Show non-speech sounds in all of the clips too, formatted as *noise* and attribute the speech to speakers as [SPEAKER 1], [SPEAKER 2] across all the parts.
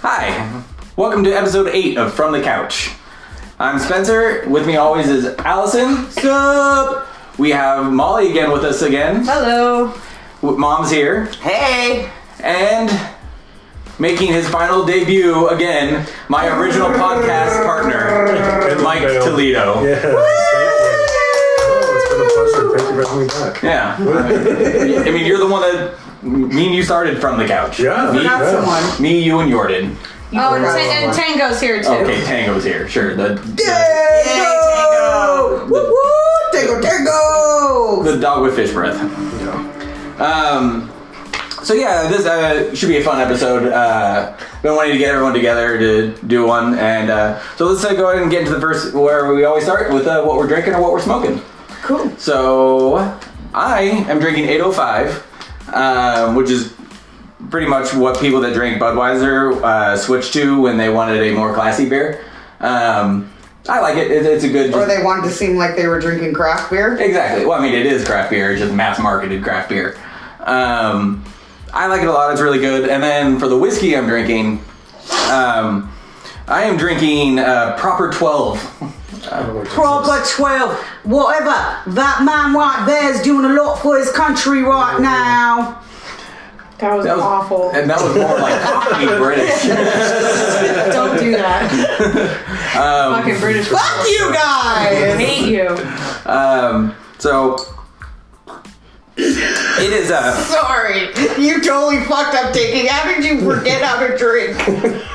[SPEAKER 1] Hi, welcome to episode 8 of From the Couch. I'm Spencer, with me always is Allison. Sup! We have Molly again with us again.
[SPEAKER 2] Hello.
[SPEAKER 1] W- Mom's here.
[SPEAKER 2] Hey.
[SPEAKER 1] And making his final debut again, my original podcast partner, Mike Toledo.
[SPEAKER 3] Yes. Thank you. Oh, it's been a pleasure. Thank you for having me back.
[SPEAKER 1] Yeah. I mean, you're the one that me and you started from the couch.
[SPEAKER 3] Yeah.
[SPEAKER 1] Me,
[SPEAKER 3] yeah.
[SPEAKER 1] me you, and Jordan.
[SPEAKER 2] Oh, and,
[SPEAKER 3] forgot
[SPEAKER 2] Tan- and Tango's here too.
[SPEAKER 1] Okay, Tango's here. Sure. The
[SPEAKER 4] Tango! Woo woo! Tango, tango!
[SPEAKER 1] the dog with fish breath.
[SPEAKER 3] Yeah.
[SPEAKER 1] Um. So yeah, this uh, should be a fun episode. Uh, been wanting to get everyone together to do one, and uh, so let's uh, go ahead and get into the first where we always start with uh, what we're drinking or what we're smoking.
[SPEAKER 4] Cool.
[SPEAKER 1] So I am drinking 805, um, which is pretty much what people that drink Budweiser uh, switch to when they wanted a more classy beer. Um, I like it. it. It's a good.
[SPEAKER 4] Or they wanted to seem like they were drinking craft beer.
[SPEAKER 1] Exactly. Well, I mean, it is craft beer. It's just mass marketed craft beer. Um, I like it a lot. It's really good. And then for the whiskey I'm drinking, um, I am drinking uh, Proper 12.
[SPEAKER 5] Proper 12, whatever that man right there is doing a lot for his country right now.
[SPEAKER 2] That was,
[SPEAKER 1] That was-
[SPEAKER 2] awful.
[SPEAKER 1] And *laughs* that was more like coffee British.
[SPEAKER 2] Don't do that. Fucking British.
[SPEAKER 4] Fuck you
[SPEAKER 2] I
[SPEAKER 4] guys!
[SPEAKER 2] hate you.
[SPEAKER 1] Um, so it is uh, a.
[SPEAKER 4] *laughs* Sorry. You totally fucked up taking. How did you forget how to drink?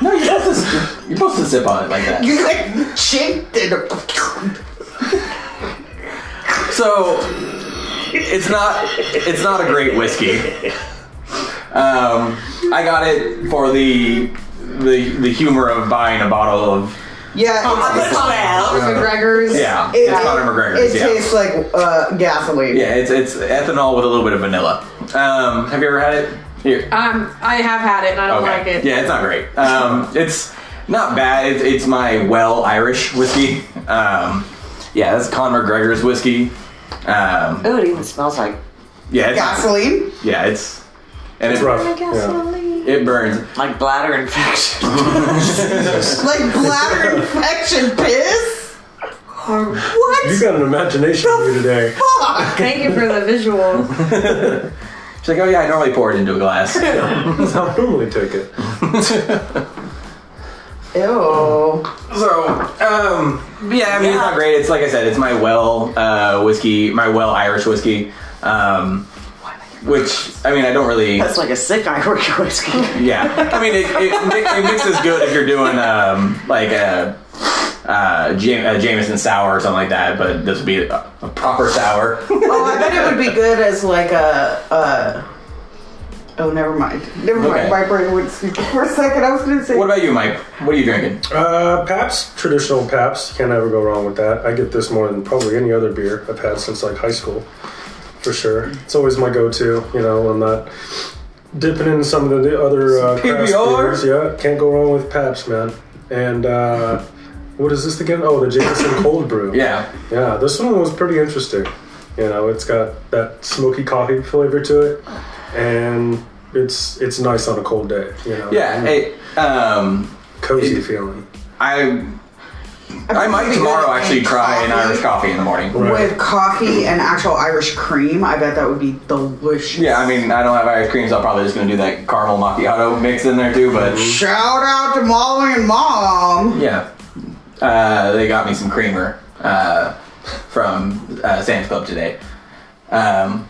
[SPEAKER 1] No, you're supposed to, you're supposed to sip on it like that.
[SPEAKER 4] You like chinked it.
[SPEAKER 1] So it's not it's not a great whiskey. Um, I got it for the the the humor of buying a bottle of
[SPEAKER 4] Yeah.
[SPEAKER 5] Proper
[SPEAKER 4] it's-
[SPEAKER 5] 12.
[SPEAKER 2] McGregor's.
[SPEAKER 1] yeah,
[SPEAKER 4] It,
[SPEAKER 1] it's Conor McGregor's.
[SPEAKER 4] it
[SPEAKER 1] yeah,
[SPEAKER 4] tastes like uh, gasoline.
[SPEAKER 1] yeah, it's it's ethanol with a little bit of vanilla. Um, have you ever had it? Here.
[SPEAKER 2] Um, I have had it and I don't like it.
[SPEAKER 1] Yeah, it's not great. Um, it's not bad. It's, it's my well Irish whiskey. Um, yeah, that's Conor McGregor's whiskey. Um,
[SPEAKER 6] Ooh, it even smells like.
[SPEAKER 1] yeah, it's,
[SPEAKER 4] Gasoline?
[SPEAKER 1] yeah, it's and
[SPEAKER 3] It's
[SPEAKER 1] it-
[SPEAKER 3] rough. Yeah.
[SPEAKER 1] It burns.
[SPEAKER 6] Like bladder infection.
[SPEAKER 1] *laughs*
[SPEAKER 4] Like bladder infection piss?
[SPEAKER 2] Um,
[SPEAKER 3] You
[SPEAKER 4] What?
[SPEAKER 3] got an imagination for you *laughs* today.
[SPEAKER 4] Fuck!
[SPEAKER 2] Thank you for the visual.
[SPEAKER 1] She's like, oh yeah, I normally pour it into a *laughs* glass.
[SPEAKER 3] I normally take it.
[SPEAKER 4] Ew. Oh,
[SPEAKER 1] so, um, yeah, I mean, it's not great. It's like I said, it's my well uh, whiskey, my well Irish whiskey. Um, which I mean, I don't really.
[SPEAKER 6] That's like a sick Irish whiskey.
[SPEAKER 1] Yeah, I mean, it, it, mi- it mixes good if you're doing um, like a, uh, Jam- a Jameson sour or something like that. But this would be a, a proper *laughs* sour.
[SPEAKER 4] Oh, I bet it would be good as like a. Uh, oh, never mind. Never
[SPEAKER 1] Okay.
[SPEAKER 4] mind. My brain went sleep for a second. I was going to say.
[SPEAKER 1] what about you, Mike? What are you drinking?
[SPEAKER 3] Uh, Paps, traditional Paps. Can't ever go wrong with that. I get this more than probably any other beer I've had since like high school, for sure. It's always my go-to. You know, I'm not dipping in some of the other uh, craft
[SPEAKER 1] PBR.
[SPEAKER 3] beers. Yeah, can't go wrong with Paps, man. And uh, what is this again? Oh, the Jameson Cold Brew.
[SPEAKER 1] Yeah,
[SPEAKER 3] Yeah, this one was pretty interesting. You know, it's got that smoky coffee flavor to it, and it's it's nice on a cold day. You know,
[SPEAKER 1] yeah. Hey, um,
[SPEAKER 3] cozy
[SPEAKER 1] it-
[SPEAKER 3] feeling.
[SPEAKER 1] I I might
[SPEAKER 4] It'd be
[SPEAKER 1] tomorrow
[SPEAKER 4] good in
[SPEAKER 1] actually try an Irish coffee in the morning.
[SPEAKER 3] Right.
[SPEAKER 4] With coffee and actual Irish cream, I bet that would be delicious.
[SPEAKER 1] Yeah, I mean, I don't have Irish cream, so I'm probably just gonna do that caramel macchiato mix in there too. But
[SPEAKER 4] Mm-hmm. Shout out to Molly and Mom.
[SPEAKER 1] yeah, uh, they got me some creamer uh, from uh, Sam's Club today. Um,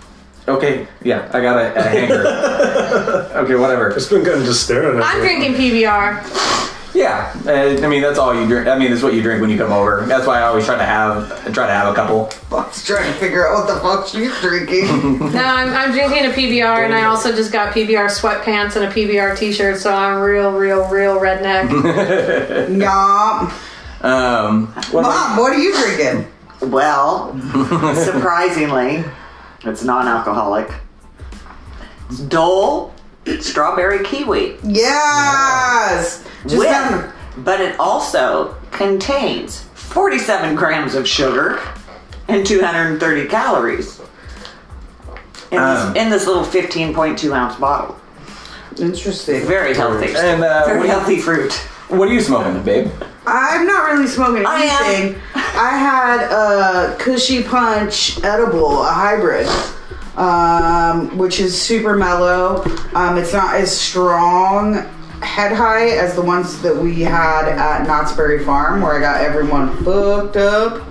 [SPEAKER 1] okay, yeah, I got a, a hanger. okay, whatever.
[SPEAKER 3] It's been kind of just staring at
[SPEAKER 2] I'm
[SPEAKER 3] me.
[SPEAKER 2] drinking PBR.
[SPEAKER 1] Yeah, uh, I mean that's all you drink. I mean that's what you drink when you come over. That's why I always try to have try to have a couple.
[SPEAKER 4] Buck's trying to figure out what the fuck she's drinking.
[SPEAKER 1] *laughs*
[SPEAKER 2] No, I'm, I'm drinking a PBR and I also just got PBR sweatpants and a PBR t-shirt, so I'm real, real, real redneck.
[SPEAKER 4] Yup.
[SPEAKER 1] Um, what about-
[SPEAKER 4] Mom, what are you drinking?
[SPEAKER 1] *laughs*
[SPEAKER 6] Well, surprisingly, it's non-alcoholic. It's Dole strawberry kiwi
[SPEAKER 4] Yes. Just
[SPEAKER 6] with,
[SPEAKER 4] having-
[SPEAKER 6] but it also contains 47 grams of sugar and 230 calories in,
[SPEAKER 1] Um.
[SPEAKER 6] this, in this little 15.2 ounce bottle.
[SPEAKER 4] Interesting.
[SPEAKER 6] Very healthy.
[SPEAKER 1] And uh, what,
[SPEAKER 6] Very
[SPEAKER 1] are
[SPEAKER 6] healthy fruit.
[SPEAKER 1] you, what are you smoking, babe?
[SPEAKER 4] I'm not really smoking
[SPEAKER 6] I am.
[SPEAKER 4] anything. I, had a Cushy Punch edible, a hybrid, um, which is super mellow. Um, it's not as strong head high as the ones that we had at Knott's Berry Farm, where I got everyone fucked up.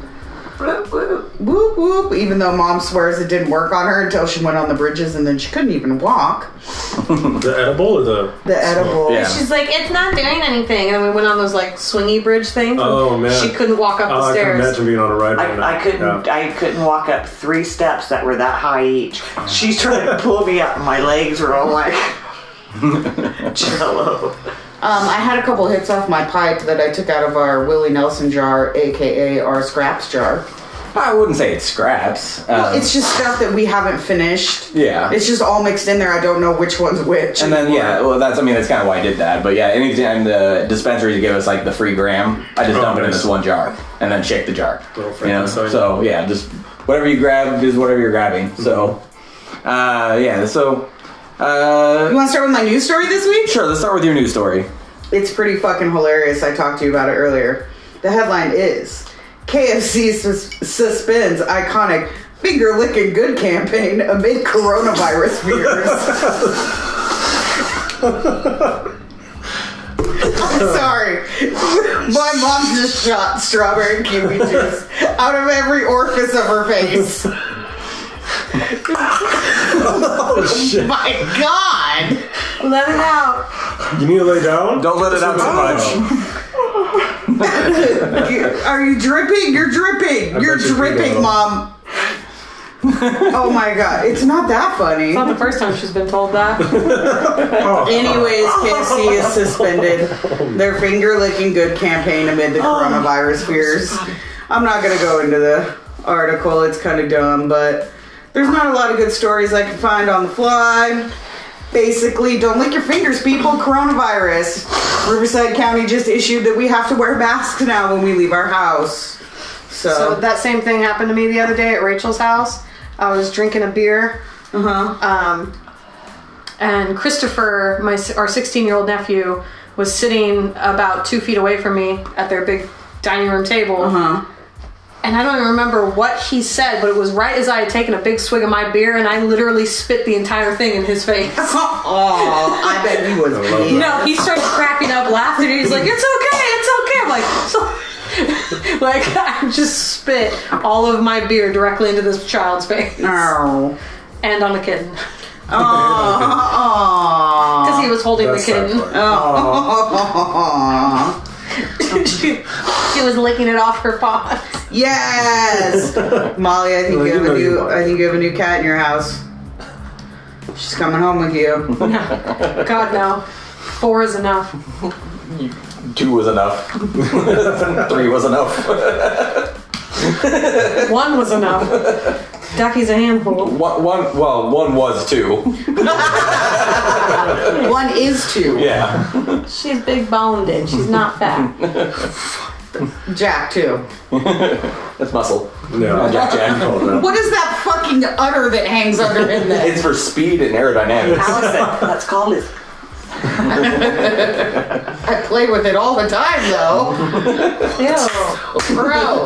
[SPEAKER 4] Whoop whoop. Even though mom swears it didn't work on her until she went on the bridges and then she couldn't even walk.
[SPEAKER 3] The edible or the
[SPEAKER 4] The edible.
[SPEAKER 1] Yeah.
[SPEAKER 2] She's like, it's not doing anything. And then we went on those like swingy bridge things. and
[SPEAKER 3] Oh, man.
[SPEAKER 2] She couldn't walk up the
[SPEAKER 3] Oh, I can
[SPEAKER 2] stairs.
[SPEAKER 3] imagine being on a ride right now.
[SPEAKER 6] I, I couldn't.
[SPEAKER 3] Yeah.
[SPEAKER 6] I couldn't walk up three steps that were that high each. She's trying to pull me up. and My legs were all like jello.
[SPEAKER 4] Um, I had a couple hits off my pipe that I took out of our Willie Nelson jar, aka our scraps jar.
[SPEAKER 1] I wouldn't say it's scraps.
[SPEAKER 4] Well,
[SPEAKER 1] Um,
[SPEAKER 4] it's just stuff that we haven't finished.
[SPEAKER 1] Yeah.
[SPEAKER 4] It's just all mixed in there. I don't know which one's which.
[SPEAKER 1] and then yeah, well that's I mean that's kind of why I did that. But yeah, anytime the dispensary gave us like the free gram, I just
[SPEAKER 3] Oh,
[SPEAKER 1] dump it in
[SPEAKER 3] nice.
[SPEAKER 1] this one jar and then shake the jar.
[SPEAKER 3] Little
[SPEAKER 1] You know?
[SPEAKER 3] Frankenstein. Mm-hmm.
[SPEAKER 1] So yeah, just whatever you grab is whatever you're grabbing. So uh, yeah, so
[SPEAKER 4] you
[SPEAKER 1] uh,
[SPEAKER 4] want to start with my news story this week?
[SPEAKER 1] sure. Let's start with your news story.
[SPEAKER 4] It's pretty fucking hilarious. I talked to you about it earlier. The headline is KFC sus- suspends iconic finger licking good campaign amid coronavirus fears. Sorry, my mom just shot strawberry kiwi juice out of every orifice of her face. oh shit! My God!
[SPEAKER 2] Let it out.
[SPEAKER 3] You need to lay down. Oh,
[SPEAKER 1] Don't let it out too much.
[SPEAKER 4] *laughs* Are you dripping? You're dripping. You're
[SPEAKER 3] bet you
[SPEAKER 4] dripping,
[SPEAKER 3] do.
[SPEAKER 4] mom. oh my god, it's not that funny.
[SPEAKER 2] Not the first time she's been told that.
[SPEAKER 4] Anyways, KFC is suspended their finger licking good campaign amid the coronavirus fears. I'm not gonna go into the article, it's kind of dumb, but there's not a lot of good stories I can find on the fly. Basically, don't lick your fingers, people. Coronavirus. Riverside County just issued that we have to wear masks now when we leave our house. So,
[SPEAKER 2] so that same thing happened to me the other day at Rachel's house. I was drinking a beer.
[SPEAKER 4] uh huh.
[SPEAKER 2] um, and Christopher, my our 16 year old nephew, was sitting about two feet away from me at their big dining room table. And I don't even remember what he said, but it was right as I had taken a big swig of my beer, and I literally spit the entire thing in his face.
[SPEAKER 4] Oh, I bet he was.
[SPEAKER 3] love
[SPEAKER 4] pissed.
[SPEAKER 2] No, he starts cracking up laughing. and He's like, "It's okay, it's okay." I'm like, so, *laughs* like I just spit all of my beer directly into this child's face
[SPEAKER 4] No.
[SPEAKER 2] and on a kitten
[SPEAKER 4] Aww.
[SPEAKER 2] because he was holding
[SPEAKER 3] Oh, That's
[SPEAKER 2] the
[SPEAKER 3] that
[SPEAKER 2] kitten.
[SPEAKER 3] part.
[SPEAKER 2] *laughs* she, she was licking it off her
[SPEAKER 3] *laughs*
[SPEAKER 2] paws.
[SPEAKER 4] Yes, Molly. I think
[SPEAKER 3] Well,
[SPEAKER 4] you
[SPEAKER 3] you
[SPEAKER 4] have
[SPEAKER 3] know
[SPEAKER 4] a
[SPEAKER 3] you
[SPEAKER 4] new.
[SPEAKER 3] are.
[SPEAKER 4] I think you have a new cat in your house. She's coming home
[SPEAKER 2] *laughs*
[SPEAKER 4] with you.
[SPEAKER 2] God no, four is enough.
[SPEAKER 1] Two was enough. *laughs* Three was enough.
[SPEAKER 2] One was enough. Ducky's a handful.
[SPEAKER 1] One, one well, one was two.
[SPEAKER 4] One is two.
[SPEAKER 1] Yeah.
[SPEAKER 2] She's big boned and she's not
[SPEAKER 3] *laughs*
[SPEAKER 2] fat.
[SPEAKER 4] Jack too.
[SPEAKER 1] That's
[SPEAKER 3] *laughs*
[SPEAKER 1] muscle.
[SPEAKER 2] *laughs*
[SPEAKER 3] Yeah.
[SPEAKER 1] Jack Jack.
[SPEAKER 3] Oh, no.
[SPEAKER 4] What is that fucking udder that hangs under him? Then
[SPEAKER 1] It's for speed and aerodynamics.
[SPEAKER 6] Allison, let's call it.
[SPEAKER 4] I play with it all the time though.
[SPEAKER 2] Ew.
[SPEAKER 4] Bro,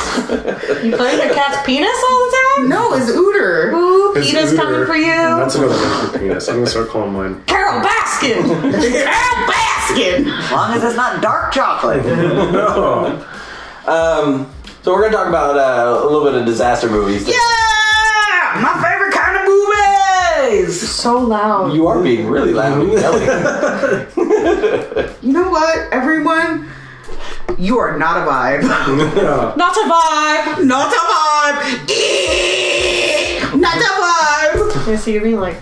[SPEAKER 2] You play with your cat's penis all the time?
[SPEAKER 4] no, it's Uter.
[SPEAKER 2] Ooh,
[SPEAKER 3] It's
[SPEAKER 2] Peter's coming
[SPEAKER 3] Uter.
[SPEAKER 2] for you.
[SPEAKER 3] That's another one for penis. I'm gonna start
[SPEAKER 1] *laughs*
[SPEAKER 3] calling mine.
[SPEAKER 2] Carol
[SPEAKER 3] *laughs*
[SPEAKER 2] Baskin.
[SPEAKER 4] Carol Baskin.
[SPEAKER 6] As long as it's not dark chocolate.
[SPEAKER 3] No.
[SPEAKER 1] Um, so we're gonna talk about uh, a little bit of disaster movies.
[SPEAKER 4] Yeah, my favorite kind of movies.
[SPEAKER 2] So loud.
[SPEAKER 1] You are being really loud
[SPEAKER 4] Mm-hmm.
[SPEAKER 1] and yelling.
[SPEAKER 4] You know what, everyone? You are not a vibe.
[SPEAKER 3] Yeah.
[SPEAKER 2] Not a vibe.
[SPEAKER 4] not a vibe. Eek! not a vibe.
[SPEAKER 2] I see you being like,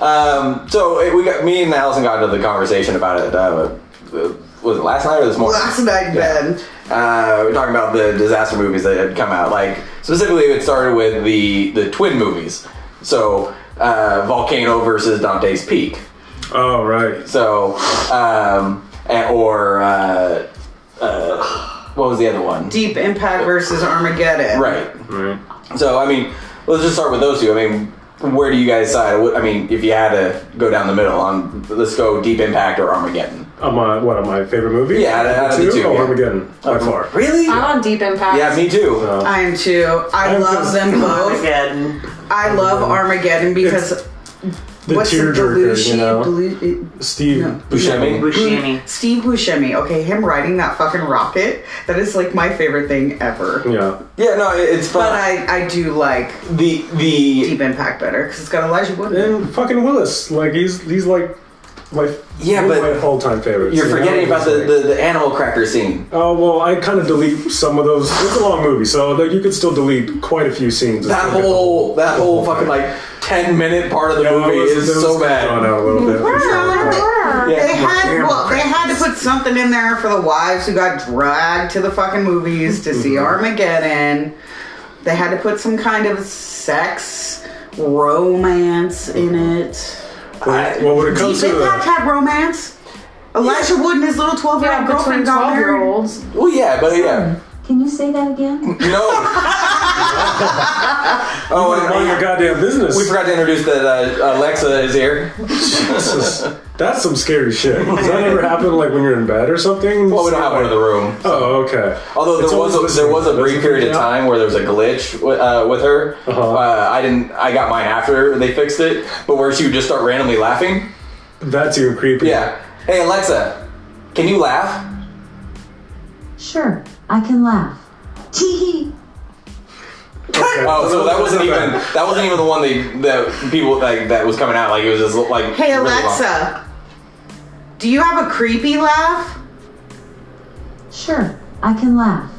[SPEAKER 1] um, so it, we got me and Allison got into the conversation about it. Uh, uh, was it last night or this morning?
[SPEAKER 4] Last night, Ben.
[SPEAKER 1] Uh, we we're talking about the disaster movies that had come out. Like specifically, it started with the the twin movies. So uh, Volcano versus Dante's Peak.
[SPEAKER 3] Oh right.
[SPEAKER 1] So um, and, or uh, uh, what was the other one?
[SPEAKER 4] Deep Impact versus Armageddon.
[SPEAKER 1] Right.
[SPEAKER 3] Right.
[SPEAKER 1] So I mean, let's just start with those two. I mean, where do you guys decide? What- I mean, if you had to go down the middle on, let's go Deep Impact or Armageddon.
[SPEAKER 3] On Uh, my what? On my favorite movie?
[SPEAKER 1] Yeah, out of the two,
[SPEAKER 3] Oh,
[SPEAKER 1] yeah.
[SPEAKER 3] Armageddon by far.
[SPEAKER 1] Really?
[SPEAKER 7] Uh,
[SPEAKER 2] I'm on Deep Impact.
[SPEAKER 1] Yeah, me too.
[SPEAKER 4] I am too. I
[SPEAKER 3] I'm
[SPEAKER 4] love
[SPEAKER 3] just-
[SPEAKER 4] them both.
[SPEAKER 6] Again.
[SPEAKER 4] I love Armageddon because
[SPEAKER 3] The
[SPEAKER 4] what's the
[SPEAKER 3] tearjerker,
[SPEAKER 4] Belushi,
[SPEAKER 3] you know.
[SPEAKER 4] Belu-
[SPEAKER 3] Steve
[SPEAKER 1] Buscemi.
[SPEAKER 6] Buscemi.
[SPEAKER 4] Steve Buscemi. Okay, him riding that fucking rocket. That is like my favorite thing ever.
[SPEAKER 3] Yeah.
[SPEAKER 1] Yeah, no, it- it's
[SPEAKER 4] But
[SPEAKER 1] fun.
[SPEAKER 4] I, I do like
[SPEAKER 1] the the
[SPEAKER 4] Deep Impact better because it's got Elijah Wood. in it.
[SPEAKER 3] And fucking Willis, like he's he's like my
[SPEAKER 1] Yeah,
[SPEAKER 3] one of
[SPEAKER 1] but
[SPEAKER 3] my all time favorites.
[SPEAKER 1] you're
[SPEAKER 3] you know?
[SPEAKER 1] forgetting about the, the, the animal cracker scene.
[SPEAKER 3] Oh well, I kind of delete some of those. It's a long movie, so like, you could still delete quite a few scenes.
[SPEAKER 1] That whole that whole fucking like ten minute part of the
[SPEAKER 3] Yeah,
[SPEAKER 1] movie
[SPEAKER 3] those-
[SPEAKER 1] is
[SPEAKER 3] those
[SPEAKER 1] so
[SPEAKER 3] Drawn
[SPEAKER 1] bad.
[SPEAKER 3] out a little bit. for
[SPEAKER 4] *laughs*
[SPEAKER 3] sure.
[SPEAKER 1] Yeah.
[SPEAKER 4] They had well, they had to put something in there for the wives who got dragged to the fucking movies to see
[SPEAKER 1] Mm-hmm.
[SPEAKER 4] Armageddon. They had to put some kind of sex romance in it.
[SPEAKER 3] Well, well, when it comes
[SPEAKER 4] Deep
[SPEAKER 3] to
[SPEAKER 4] Impact
[SPEAKER 3] the,
[SPEAKER 4] had romance. Elijah Wood and his little twelve-year-old
[SPEAKER 2] Yeah, between
[SPEAKER 4] girlfriend got
[SPEAKER 2] twelve year
[SPEAKER 4] married.
[SPEAKER 2] olds.
[SPEAKER 1] Well, yeah, but yeah,
[SPEAKER 7] Can you say that again?
[SPEAKER 1] no.
[SPEAKER 3] *laughs*
[SPEAKER 1] oh,
[SPEAKER 3] mind your
[SPEAKER 1] and
[SPEAKER 3] goddamn business. *laughs*
[SPEAKER 1] we forgot to introduce that uh, Alexa is here.
[SPEAKER 3] This is- that's some scary shit. Does that ever happen? Like when you're in bed or something?
[SPEAKER 1] Well, we don't have one in the room.
[SPEAKER 3] Oh, okay.
[SPEAKER 1] Although
[SPEAKER 3] It's
[SPEAKER 1] there
[SPEAKER 3] always
[SPEAKER 1] was a, there was a
[SPEAKER 3] listening.
[SPEAKER 1] brief period of
[SPEAKER 3] Yeah.
[SPEAKER 1] time where there was a glitch wi- uh, with her. uh
[SPEAKER 3] Uh-huh.
[SPEAKER 1] I didn't. I got mine after they fixed it, but where she would just start randomly laughing.
[SPEAKER 3] That's even creepy.
[SPEAKER 1] Yeah. Hey Alexa, can you laugh?
[SPEAKER 7] Sure, I can laugh. Tee hee.
[SPEAKER 1] Oh, so that wasn't even that wasn't even the one they that people like that was coming out. Like it was just like
[SPEAKER 4] Hey
[SPEAKER 1] really long.
[SPEAKER 4] Alexa, do you have a creepy laugh?
[SPEAKER 7] Sure, I can laugh.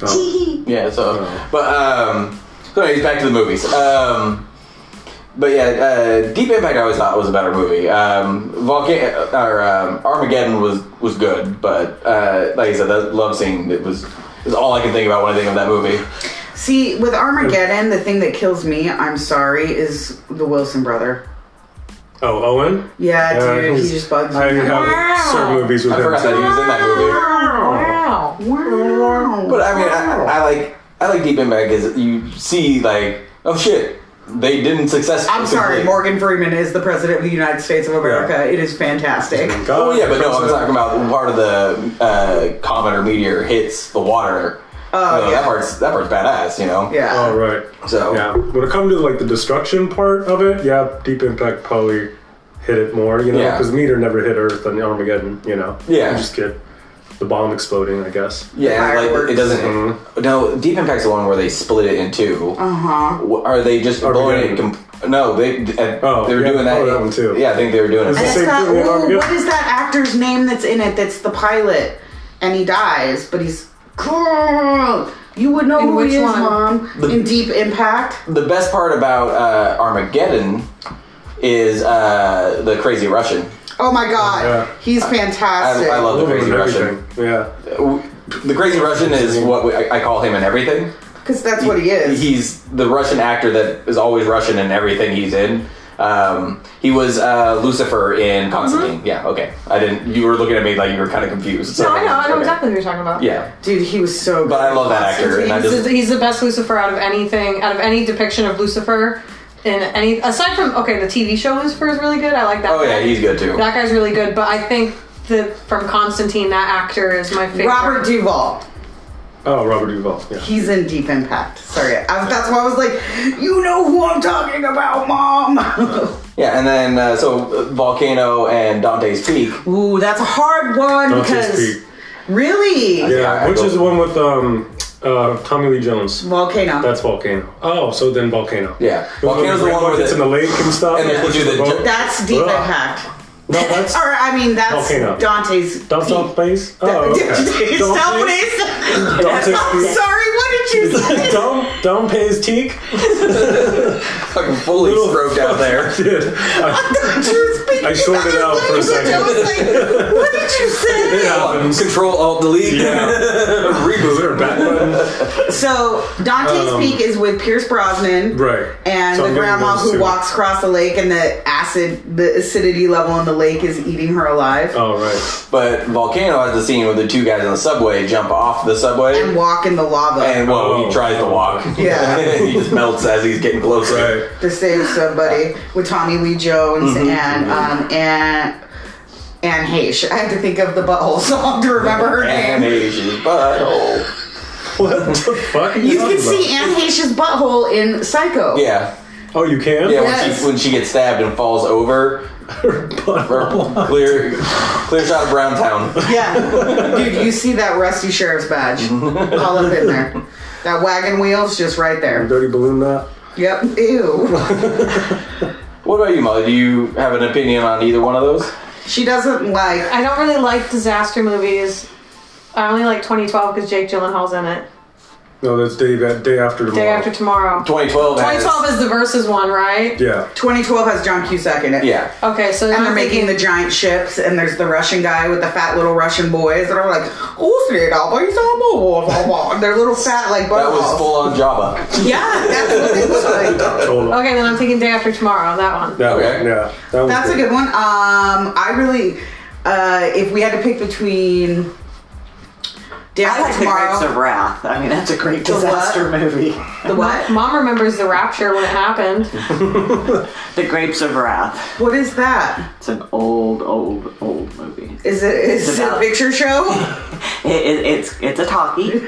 [SPEAKER 7] Tee hee.
[SPEAKER 1] Yeah. So, but um, so anyways, back to the movies. Um, but yeah, uh, Deep Impact I always thought was a better movie. Um, Volcan or um, Armageddon was was good, but uh, like I said, that love scene it was is all I can think about when I think of that movie.
[SPEAKER 4] See, with Armageddon, the thing that kills me, I'm sorry, is the Wilson brother.
[SPEAKER 3] Oh, Owen.
[SPEAKER 4] Yeah,
[SPEAKER 3] Yeah,
[SPEAKER 4] dude, he
[SPEAKER 3] he's-
[SPEAKER 4] just bugs me.
[SPEAKER 3] I have certain movies with
[SPEAKER 1] I
[SPEAKER 3] him.
[SPEAKER 1] forgot that he was in that movie.
[SPEAKER 2] Wow.
[SPEAKER 1] But I mean, I, I like I like Deep Impact because you see like oh shit they didn't successfully.
[SPEAKER 4] I'm sorry, Morgan Freeman is the president of the United States of America.
[SPEAKER 3] Yeah.
[SPEAKER 4] It is fantastic.
[SPEAKER 1] Oh yeah, but no, I'm talking about part of the uh, comet or meteor hits the water.
[SPEAKER 4] Oh,
[SPEAKER 1] So
[SPEAKER 4] yeah.
[SPEAKER 1] that part's that part's badass, you know.
[SPEAKER 4] Yeah.
[SPEAKER 3] Oh right.
[SPEAKER 1] So
[SPEAKER 3] Yeah. When it comes to like the destruction part of it, yeah, Deep Impact probably hit it more, you know,
[SPEAKER 1] Yeah.
[SPEAKER 3] because Meteor never hit Earth and Armageddon, you know.
[SPEAKER 1] Yeah.
[SPEAKER 3] You just get the bomb exploding, I guess.
[SPEAKER 1] yeah, and, like it
[SPEAKER 4] Fireworks.
[SPEAKER 1] doesn't. No, Deep Impact's the one where they split it in two. Uh
[SPEAKER 4] Uh-huh.
[SPEAKER 1] huh. Are they just blowing it?
[SPEAKER 3] Armageddon.
[SPEAKER 1] Com- no, they uh,
[SPEAKER 3] Oh,
[SPEAKER 1] they were
[SPEAKER 3] yeah,
[SPEAKER 1] doing that.
[SPEAKER 3] oh, that one too.
[SPEAKER 1] Yeah, I think they were doing it.
[SPEAKER 3] It's the
[SPEAKER 4] It's
[SPEAKER 3] same
[SPEAKER 4] that,
[SPEAKER 3] thing with
[SPEAKER 4] ooh,
[SPEAKER 3] Armageddon.
[SPEAKER 4] what is that actor's name that's in it that's the pilot and he dies, but he's. You would know
[SPEAKER 2] In
[SPEAKER 4] who
[SPEAKER 2] which
[SPEAKER 4] he is,
[SPEAKER 2] one?
[SPEAKER 4] Mom. in Deep Impact.
[SPEAKER 1] the best part about uh, Armageddon is uh, the crazy Russian.
[SPEAKER 4] Oh my god.
[SPEAKER 3] Yeah.
[SPEAKER 4] He's
[SPEAKER 1] I,
[SPEAKER 4] fantastic.
[SPEAKER 1] I love the
[SPEAKER 3] Over
[SPEAKER 1] crazy
[SPEAKER 3] and
[SPEAKER 1] Russian.
[SPEAKER 3] everything. Yeah.
[SPEAKER 1] The crazy Russian is what we, I, I call him in everything.
[SPEAKER 4] Because that's what he is.
[SPEAKER 1] He's the Russian actor that is always Russian in everything he's in. Um, he was uh, Lucifer in Constantine. Yeah, okay. I didn't. You were looking at me like you were kind of confused. So
[SPEAKER 2] No, I know. I know
[SPEAKER 1] okay.
[SPEAKER 2] exactly what you're talking about.
[SPEAKER 1] Yeah,
[SPEAKER 4] Dude, he was so good.
[SPEAKER 1] but I love that actor, and I
[SPEAKER 2] He's,
[SPEAKER 1] just
[SPEAKER 2] he's the best Lucifer out of anything, out of any depiction of Lucifer in any. Aside from okay, the TV show Lucifer is really good. I like that.
[SPEAKER 1] oh yeah,
[SPEAKER 2] guy.
[SPEAKER 1] he's good too.
[SPEAKER 2] That guy's really good, but I think the from Constantine, that actor is my favorite.
[SPEAKER 4] Robert Duvall.
[SPEAKER 3] Oh, Robert Duvall. Yeah.
[SPEAKER 4] He's in Deep Impact. Sorry. I, that's why I was like, you know who I'm talking about, Mom.
[SPEAKER 1] Yeah, and then uh, so uh, Volcano and Dante's Peak.
[SPEAKER 5] Ooh, that's a hard one
[SPEAKER 3] Dante's
[SPEAKER 5] because
[SPEAKER 3] Peak.
[SPEAKER 4] really?
[SPEAKER 3] Yeah,
[SPEAKER 1] Yeah, I
[SPEAKER 3] which
[SPEAKER 1] go-
[SPEAKER 3] is the one with um uh Tommy Lee Jones.
[SPEAKER 4] Volcano.
[SPEAKER 3] That's Volcano. Oh, so then Volcano.
[SPEAKER 1] Yeah.
[SPEAKER 3] The one
[SPEAKER 1] Volcano's
[SPEAKER 3] with
[SPEAKER 1] the one where
[SPEAKER 3] it's
[SPEAKER 1] the-
[SPEAKER 3] in the lake and stuff.
[SPEAKER 1] and they do
[SPEAKER 3] pushes
[SPEAKER 1] the
[SPEAKER 3] boat.
[SPEAKER 1] ju-
[SPEAKER 4] That's Deep
[SPEAKER 3] Ugh.
[SPEAKER 4] Impact.
[SPEAKER 3] No,
[SPEAKER 1] *laughs*
[SPEAKER 3] that's
[SPEAKER 4] Or, I mean, that's
[SPEAKER 3] Volcano.
[SPEAKER 4] Dante's.
[SPEAKER 3] That's
[SPEAKER 4] *laughs* Peak.
[SPEAKER 3] off *laughs* base. Oh, okay.
[SPEAKER 4] Dude, Stop what
[SPEAKER 3] Dante's-
[SPEAKER 4] is
[SPEAKER 3] Dante's
[SPEAKER 4] I'm
[SPEAKER 3] Peak.
[SPEAKER 4] sorry, what did you say?
[SPEAKER 3] *laughs* Don't don't pay his teak. *laughs*
[SPEAKER 1] Fucking fully stroked out there.
[SPEAKER 3] Dude, I-
[SPEAKER 4] Dante's
[SPEAKER 3] I sorted it out for a second.
[SPEAKER 5] what did you say?
[SPEAKER 3] *laughs* It happens.
[SPEAKER 1] Control Alt Delete.
[SPEAKER 3] *laughs* Yeah. Is there a back button?
[SPEAKER 4] So Dante's Peak is with Pierce Brosnan.
[SPEAKER 3] Um, Right.
[SPEAKER 4] And
[SPEAKER 3] So I'm getting
[SPEAKER 4] the grandma
[SPEAKER 3] those
[SPEAKER 4] who
[SPEAKER 3] two.
[SPEAKER 4] walks across the lake and the acid, the acidity level in the lake is eating her alive.
[SPEAKER 3] Oh, right.
[SPEAKER 1] But Volcano has the scene where the two guys on the subway jump off the subway,
[SPEAKER 4] And walk in the lava
[SPEAKER 1] and well,
[SPEAKER 3] Oh.
[SPEAKER 1] he tries to walk. *laughs*
[SPEAKER 4] Yeah.
[SPEAKER 1] he just melts as he's getting closer.
[SPEAKER 3] Right.
[SPEAKER 4] to save somebody with Tommy Lee Jones
[SPEAKER 3] Mm-hmm.
[SPEAKER 4] and um, and Anne Heche. I have to think of the butthole song to remember her
[SPEAKER 1] And
[SPEAKER 4] name.
[SPEAKER 1] Asia's butthole.
[SPEAKER 3] *laughs* What the fuck are you,
[SPEAKER 4] You
[SPEAKER 3] talking
[SPEAKER 4] can see Anne Heche's butthole in Psycho.
[SPEAKER 1] Yeah.
[SPEAKER 3] about? Oh, you can?
[SPEAKER 1] Yeah, when,
[SPEAKER 4] Yes.
[SPEAKER 1] she, when she gets stabbed and falls over,
[SPEAKER 3] Butthole.
[SPEAKER 1] clear, clear shot of Brown Town.
[SPEAKER 4] Yeah. Dude, you see that rusty sheriff's badge
[SPEAKER 3] Mm-hmm.
[SPEAKER 4] all up in there. That wagon wheel's just right there.
[SPEAKER 3] Dirty balloon knot.
[SPEAKER 4] Yep. Ew.
[SPEAKER 1] What about you, Molly? Do you have an opinion on either one of those?
[SPEAKER 4] She doesn't like.
[SPEAKER 2] I don't really like disaster movies. I only like 2012 because Jake Gyllenhaal's in it.
[SPEAKER 3] No, that's day, day after tomorrow.
[SPEAKER 2] Day after tomorrow.
[SPEAKER 1] 2012. has-
[SPEAKER 2] 2012 is the versus one, right?
[SPEAKER 3] Yeah.
[SPEAKER 4] 2012 has John Cusack in it.
[SPEAKER 1] Yeah.
[SPEAKER 2] Okay, so
[SPEAKER 4] And they're
[SPEAKER 2] I'm
[SPEAKER 4] making
[SPEAKER 2] thinking-
[SPEAKER 4] the giant ships, and there's the Russian guy with the fat little Russian boys that are like, oh, see it all, but it's all blah, blah, blah." They're little fat like
[SPEAKER 1] That was
[SPEAKER 4] butterballs.
[SPEAKER 1] full on Java.
[SPEAKER 4] Yeah, that's what they look like.
[SPEAKER 3] Total.
[SPEAKER 2] Okay, then I'm thinking day after tomorrow. That one.
[SPEAKER 3] That
[SPEAKER 1] Okay.
[SPEAKER 3] one, yeah. That one's
[SPEAKER 4] That's a good one. Um, I really, uh, if we had to pick between Day
[SPEAKER 6] I like
[SPEAKER 4] After
[SPEAKER 6] the Grapes of
[SPEAKER 4] Tomorrow,
[SPEAKER 6] Wrath. I mean, that's a great
[SPEAKER 4] what?
[SPEAKER 6] disaster movie.
[SPEAKER 4] the what?
[SPEAKER 2] Mom remembers the rapture when it
[SPEAKER 4] *laughs*
[SPEAKER 2] happened.
[SPEAKER 6] The Grapes of Wrath.
[SPEAKER 4] What is that?
[SPEAKER 6] It's an old, old, old movie.
[SPEAKER 4] Is it is it a
[SPEAKER 6] about-
[SPEAKER 4] picture
[SPEAKER 6] *laughs*
[SPEAKER 4] show?
[SPEAKER 6] It, it, it's it's
[SPEAKER 3] *laughs*
[SPEAKER 6] a talkie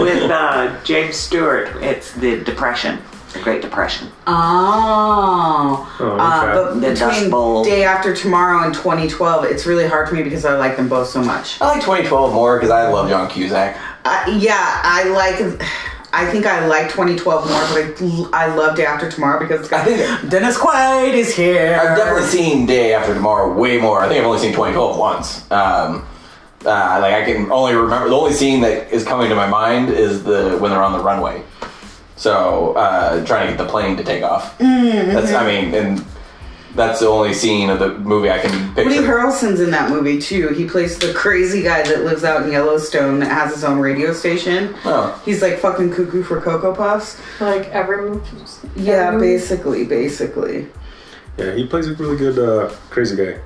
[SPEAKER 6] with uh, James Stewart. It's the Depression, the Great Depression.
[SPEAKER 4] Oh,
[SPEAKER 3] Oh, okay.
[SPEAKER 4] uh, but
[SPEAKER 6] The Dust
[SPEAKER 4] between
[SPEAKER 6] Bowl.
[SPEAKER 4] Day After Tomorrow and 2012, it's really hard for me because I like them both so much.
[SPEAKER 1] I like 2012 more because I love John Cusack.
[SPEAKER 4] Uh, yeah, I like. I think I like 2012 more, but I, I love Day After Tomorrow because it's
[SPEAKER 1] I
[SPEAKER 4] got
[SPEAKER 1] think
[SPEAKER 4] Dennis Quaid is here.
[SPEAKER 1] I've definitely seen Day After Tomorrow way more. I think I've only seen 2012 once. Um, uh, like I can only remember the only scene that is coming to my mind is the when they're on the runway. So uh, trying to get the plane to take off.
[SPEAKER 4] Mm-hmm.
[SPEAKER 1] That's I mean, and that's the only scene of the movie I can
[SPEAKER 4] Woody
[SPEAKER 1] picture.
[SPEAKER 4] Harrelson's in that movie too. He plays the crazy guy that lives out in Yellowstone that has his own radio station.
[SPEAKER 1] Oh.
[SPEAKER 4] He's like fucking cuckoo for Cocoa Puffs.
[SPEAKER 2] Like every.
[SPEAKER 4] Yeah, basically, basically.
[SPEAKER 3] Yeah, he plays a really good uh, crazy guy.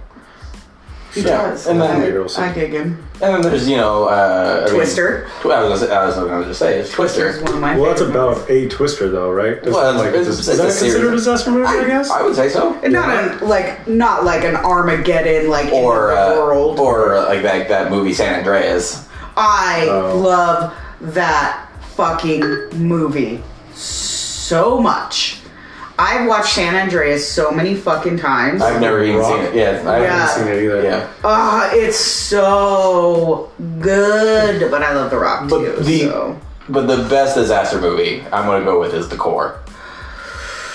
[SPEAKER 4] He
[SPEAKER 1] Yeah,
[SPEAKER 4] does.
[SPEAKER 1] and then-
[SPEAKER 4] I-
[SPEAKER 3] Woody Harrelson.
[SPEAKER 4] I dig him.
[SPEAKER 1] And then there's you know uh, I mean-
[SPEAKER 4] Twister.
[SPEAKER 1] Tw- I was gonna say- I was going to say it's
[SPEAKER 4] Twister's
[SPEAKER 1] Twister.
[SPEAKER 4] one of my
[SPEAKER 3] Well, that's
[SPEAKER 4] favorite
[SPEAKER 3] about a twister, though, right? That's
[SPEAKER 1] Well,
[SPEAKER 3] like,
[SPEAKER 1] it's-
[SPEAKER 3] is
[SPEAKER 1] it's
[SPEAKER 3] that
[SPEAKER 1] a series.
[SPEAKER 3] considered a disaster movie? I, guess.
[SPEAKER 1] I would say so.
[SPEAKER 4] movies. Not an, like not like an Armageddon like
[SPEAKER 1] Or
[SPEAKER 4] in the
[SPEAKER 1] uh,
[SPEAKER 4] world.
[SPEAKER 1] or uh, like that that movie San Andreas.
[SPEAKER 4] I
[SPEAKER 3] Oh.
[SPEAKER 4] love that fucking movie so much. I've watched San Andreas so many fucking times.
[SPEAKER 1] I've never even
[SPEAKER 3] Rock.
[SPEAKER 1] seen it. Yeah, I
[SPEAKER 4] Yeah.
[SPEAKER 1] haven't
[SPEAKER 3] haven't seen it either.
[SPEAKER 1] seen it. Yeah.
[SPEAKER 4] Ah, it's so good, but I love The Rock
[SPEAKER 1] But
[SPEAKER 4] too.
[SPEAKER 1] the-
[SPEAKER 4] so.
[SPEAKER 1] But the best disaster movie I'm gonna go with is The Core.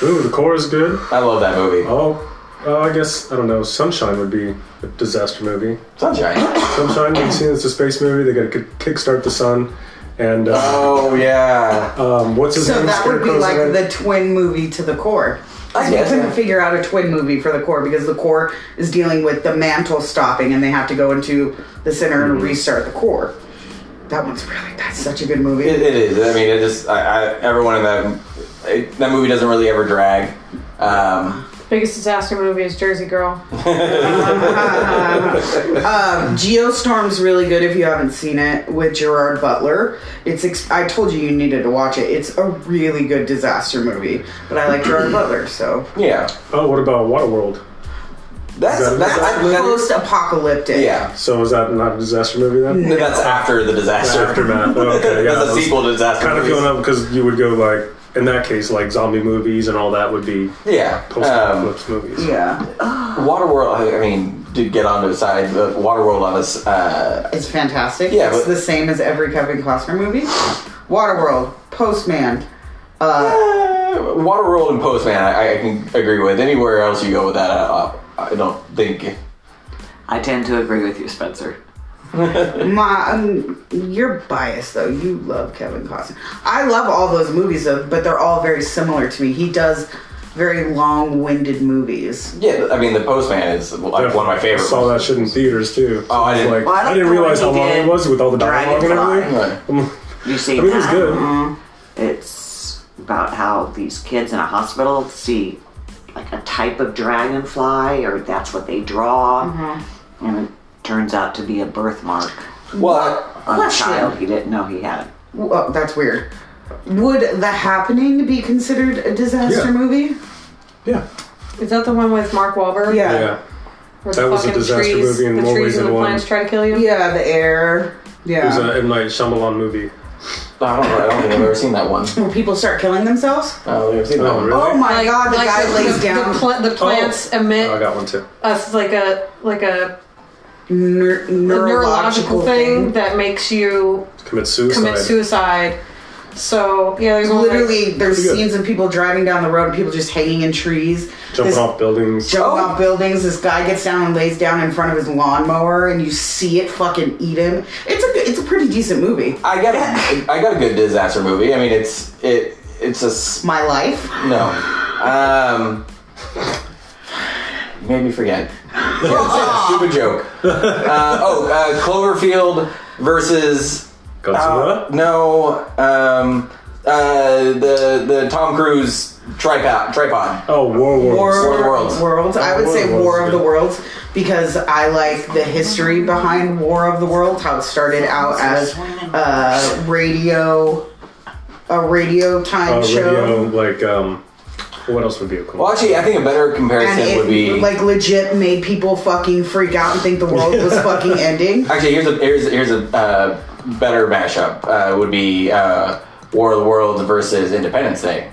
[SPEAKER 3] Ooh, the core is good.
[SPEAKER 1] I love that movie.
[SPEAKER 3] Oh, uh, I guess I don't know. Sunshine would be a disaster movie.
[SPEAKER 1] Sunshine.
[SPEAKER 3] Sunshine. You've seen it's a space movie. They got to kickstart the sun, and uh,
[SPEAKER 1] oh yeah.
[SPEAKER 3] um, what's his
[SPEAKER 4] So
[SPEAKER 3] name?
[SPEAKER 4] that would be
[SPEAKER 3] Scarecrow's
[SPEAKER 4] like
[SPEAKER 3] in it.
[SPEAKER 4] the twin movie to the core.
[SPEAKER 1] I
[SPEAKER 4] I
[SPEAKER 1] guess,
[SPEAKER 4] couldn't
[SPEAKER 1] yeah.
[SPEAKER 4] figure out a twin movie for the core because the core is dealing with the mantle stopping, and they have to go into the center
[SPEAKER 1] Mm-hmm.
[SPEAKER 4] and restart the core. That one's really that's such a good movie.
[SPEAKER 1] It, it is. I mean, it just I, I, everyone in that it, that movie doesn't really ever drag. Um,
[SPEAKER 2] Biggest disaster movie is Jersey Girl.
[SPEAKER 4] Um, Geostorm's really good if you haven't seen it with Gerard Butler. It's ex- I told you you needed to watch it. It's a really good disaster movie, but I like Gerard Butler, so
[SPEAKER 1] yeah.
[SPEAKER 3] Oh, what about Waterworld?
[SPEAKER 1] That's
[SPEAKER 3] Is that a
[SPEAKER 1] that's, I- that-
[SPEAKER 4] post-apocalyptic.
[SPEAKER 1] yeah.
[SPEAKER 3] So is that not a disaster movie then?
[SPEAKER 1] That's after the disaster. *laughs*
[SPEAKER 3] Aftermath. Oh, okay, yeah.
[SPEAKER 1] That's
[SPEAKER 3] I
[SPEAKER 1] a
[SPEAKER 3] was
[SPEAKER 1] sequel to disaster.
[SPEAKER 3] Kind of
[SPEAKER 1] movies.
[SPEAKER 3] feeling up because you would go like in that case like zombie movies and all that would be
[SPEAKER 1] Yeah. Um,
[SPEAKER 3] post-apocalypse movies.
[SPEAKER 4] yeah,
[SPEAKER 1] Waterworld. I- I mean, to get onto the side, but Waterworld on us. Uh,
[SPEAKER 4] it's fantastic.
[SPEAKER 1] Yeah,
[SPEAKER 4] it's
[SPEAKER 1] but-
[SPEAKER 4] the same as every Kevin Costner movie. Waterworld, Postman. Uh,
[SPEAKER 1] Uh, Waterworld and Postman, I, I can agree with. Anywhere else you go with that, I, I don't think.
[SPEAKER 6] I tend to agree with you, Spencer.
[SPEAKER 4] my, um, you're biased though. You love Kevin Costner. I love all those movies though, but they're all very similar to me. He does very long-winded movies.
[SPEAKER 1] Yeah, I mean, The Postman is like one of my favorite.
[SPEAKER 3] Saw that
[SPEAKER 1] ones.
[SPEAKER 3] shit in theaters too.
[SPEAKER 1] Oh, I
[SPEAKER 3] It's
[SPEAKER 1] didn't-
[SPEAKER 3] Like,
[SPEAKER 6] Well, I
[SPEAKER 3] I,
[SPEAKER 6] don't
[SPEAKER 3] didn't
[SPEAKER 6] know
[SPEAKER 3] realize
[SPEAKER 6] what
[SPEAKER 3] how
[SPEAKER 6] he
[SPEAKER 3] long
[SPEAKER 6] did.
[SPEAKER 3] it was with all the dialogue
[SPEAKER 6] Dragonfly.
[SPEAKER 3] and
[SPEAKER 1] Right.
[SPEAKER 3] everything.
[SPEAKER 6] You see,
[SPEAKER 3] I mean, it was good.
[SPEAKER 6] It's about how these kids in a hospital see like a type of dragonfly, or that's what they draw,
[SPEAKER 3] Mm-hmm.
[SPEAKER 6] and it turns out to be a birthmark
[SPEAKER 1] Well,
[SPEAKER 6] on
[SPEAKER 4] Question.
[SPEAKER 6] a child he didn't know he had.
[SPEAKER 4] Well, uh, that's weird. Would The Happening be considered a disaster
[SPEAKER 3] Yeah.
[SPEAKER 4] movie?
[SPEAKER 3] Yeah.
[SPEAKER 2] Is that the one with Mark Wahlberg?
[SPEAKER 4] Yeah. yeah.
[SPEAKER 3] Yeah.
[SPEAKER 2] Where
[SPEAKER 3] That
[SPEAKER 2] the
[SPEAKER 3] was a
[SPEAKER 2] fucking
[SPEAKER 3] disaster
[SPEAKER 2] trees,
[SPEAKER 3] movie in
[SPEAKER 2] the
[SPEAKER 3] more
[SPEAKER 2] trees
[SPEAKER 3] ways
[SPEAKER 2] and
[SPEAKER 3] than
[SPEAKER 2] the
[SPEAKER 3] one.
[SPEAKER 2] plants try to kill you.
[SPEAKER 4] The Air.
[SPEAKER 3] It was
[SPEAKER 4] Yeah.
[SPEAKER 3] an M. Night Shyamalan movie.
[SPEAKER 1] I don't know. I don't think I've ever seen that one. Um,
[SPEAKER 4] When people start killing themselves.
[SPEAKER 1] *laughs* I don't think I've seen that
[SPEAKER 3] Oh,
[SPEAKER 1] one.
[SPEAKER 3] really?
[SPEAKER 4] Oh my
[SPEAKER 2] Like-
[SPEAKER 4] god, the
[SPEAKER 2] like
[SPEAKER 4] guy lays
[SPEAKER 2] the,
[SPEAKER 4] down.
[SPEAKER 2] The, pla- the plants emit
[SPEAKER 3] Oh, I got one too.
[SPEAKER 2] us like a like a,
[SPEAKER 4] Neur-
[SPEAKER 2] a
[SPEAKER 4] neurological,
[SPEAKER 2] neurological thing, that makes you
[SPEAKER 3] Commit suicide.
[SPEAKER 2] commit suicide. So yeah, there's one like-
[SPEAKER 4] Literally, there's
[SPEAKER 3] Pretty good.
[SPEAKER 4] scenes of people driving down the road and people just hanging in trees.
[SPEAKER 3] Jumping
[SPEAKER 4] this,
[SPEAKER 3] off buildings.
[SPEAKER 2] Oh.
[SPEAKER 4] Jumping off buildings. This guy gets down and lays down in front of his lawnmower, and you see it fucking eat him. It's a good- it's a pretty decent movie.
[SPEAKER 1] I got a, I got a good disaster movie. I mean, it's it it's a s-
[SPEAKER 4] My life.
[SPEAKER 1] no. Um, you made me forget. *laughs* Yeah, stupid joke. Uh, oh, uh, Cloverfield versus
[SPEAKER 3] Godzilla.
[SPEAKER 1] uh, no um, uh, the the Tom Cruise tripod tripod.
[SPEAKER 3] oh, War Wars.
[SPEAKER 1] War of the Worlds.
[SPEAKER 4] Worlds. I would
[SPEAKER 3] War of
[SPEAKER 4] say
[SPEAKER 3] the Worlds,
[SPEAKER 4] War of the
[SPEAKER 3] yeah.
[SPEAKER 4] Worlds because I like the history behind War of the Worlds. How it started out as uh, radio, a radio time
[SPEAKER 3] uh,
[SPEAKER 4] show.
[SPEAKER 3] radio. Like, um, what else would be a cool?
[SPEAKER 1] Well, actually, I think a better
[SPEAKER 4] And
[SPEAKER 1] comparison
[SPEAKER 4] it
[SPEAKER 1] would be
[SPEAKER 4] like legit made people fucking freak out and think the
[SPEAKER 3] *laughs*
[SPEAKER 4] world was fucking ending.
[SPEAKER 1] Actually, here's a here's here's a uh, better mashup. Uh, would be uh, War of the Worlds versus Independence Day.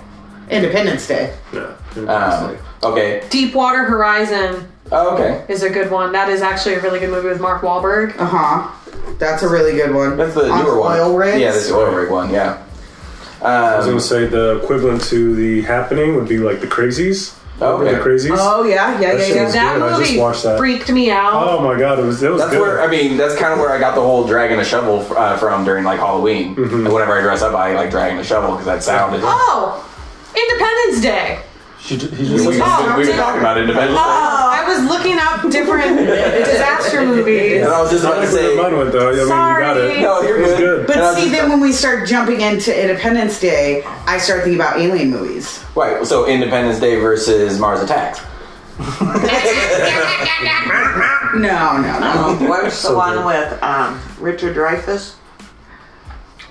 [SPEAKER 4] Independence Day.
[SPEAKER 3] No.
[SPEAKER 1] Um, okay.
[SPEAKER 2] Deepwater Horizon
[SPEAKER 1] Oh, okay.
[SPEAKER 2] is a good one. That is actually a really good movie with Mark Wahlberg.
[SPEAKER 3] Oh,
[SPEAKER 4] Uh huh. That's a really good one.
[SPEAKER 1] That's the
[SPEAKER 4] On
[SPEAKER 1] newer one.
[SPEAKER 4] Oil rigs.
[SPEAKER 1] Yeah, that's the oil rig one. Yeah.
[SPEAKER 3] I was
[SPEAKER 1] Um,
[SPEAKER 3] gonna say the equivalent to the happening would be like the crazies.
[SPEAKER 1] Oh,
[SPEAKER 3] Remember
[SPEAKER 1] okay.
[SPEAKER 3] The crazies.
[SPEAKER 4] oh yeah, yeah, yeah,
[SPEAKER 3] shit
[SPEAKER 4] yeah.
[SPEAKER 3] was-
[SPEAKER 2] That
[SPEAKER 3] good. I just
[SPEAKER 2] movie
[SPEAKER 3] watched that.
[SPEAKER 2] freaked me out.
[SPEAKER 3] Oh my god, it was that was
[SPEAKER 1] that's
[SPEAKER 3] good.
[SPEAKER 1] where I mean that's kind of where I got the whole dragging a shovel uh, from during like Halloween. And whenever I dress up, I like dragging a shovel because that sounded.
[SPEAKER 2] Oh, Independence Day.
[SPEAKER 3] she, d- he
[SPEAKER 1] We,
[SPEAKER 3] just
[SPEAKER 1] we, we
[SPEAKER 2] Oh,
[SPEAKER 1] were
[SPEAKER 2] did-
[SPEAKER 1] talking about Independence Day,
[SPEAKER 2] Oh, I was looking up
[SPEAKER 4] *laughs*
[SPEAKER 2] different disaster movies.
[SPEAKER 1] and I was just about to
[SPEAKER 3] Where
[SPEAKER 1] say.
[SPEAKER 3] mine went though. I mean,
[SPEAKER 2] Sorry.
[SPEAKER 3] you got
[SPEAKER 1] No, you're
[SPEAKER 3] It was
[SPEAKER 1] good.
[SPEAKER 3] good.
[SPEAKER 1] And I
[SPEAKER 4] But
[SPEAKER 1] was
[SPEAKER 4] see,
[SPEAKER 1] just-
[SPEAKER 4] then when we start jumping into Independence Day, I start thinking about alien movies.
[SPEAKER 1] Right, so Independence Day versus Mars Attacks.
[SPEAKER 4] No, no, no.
[SPEAKER 6] Um, what was the one with um, Richard Dreyfuss?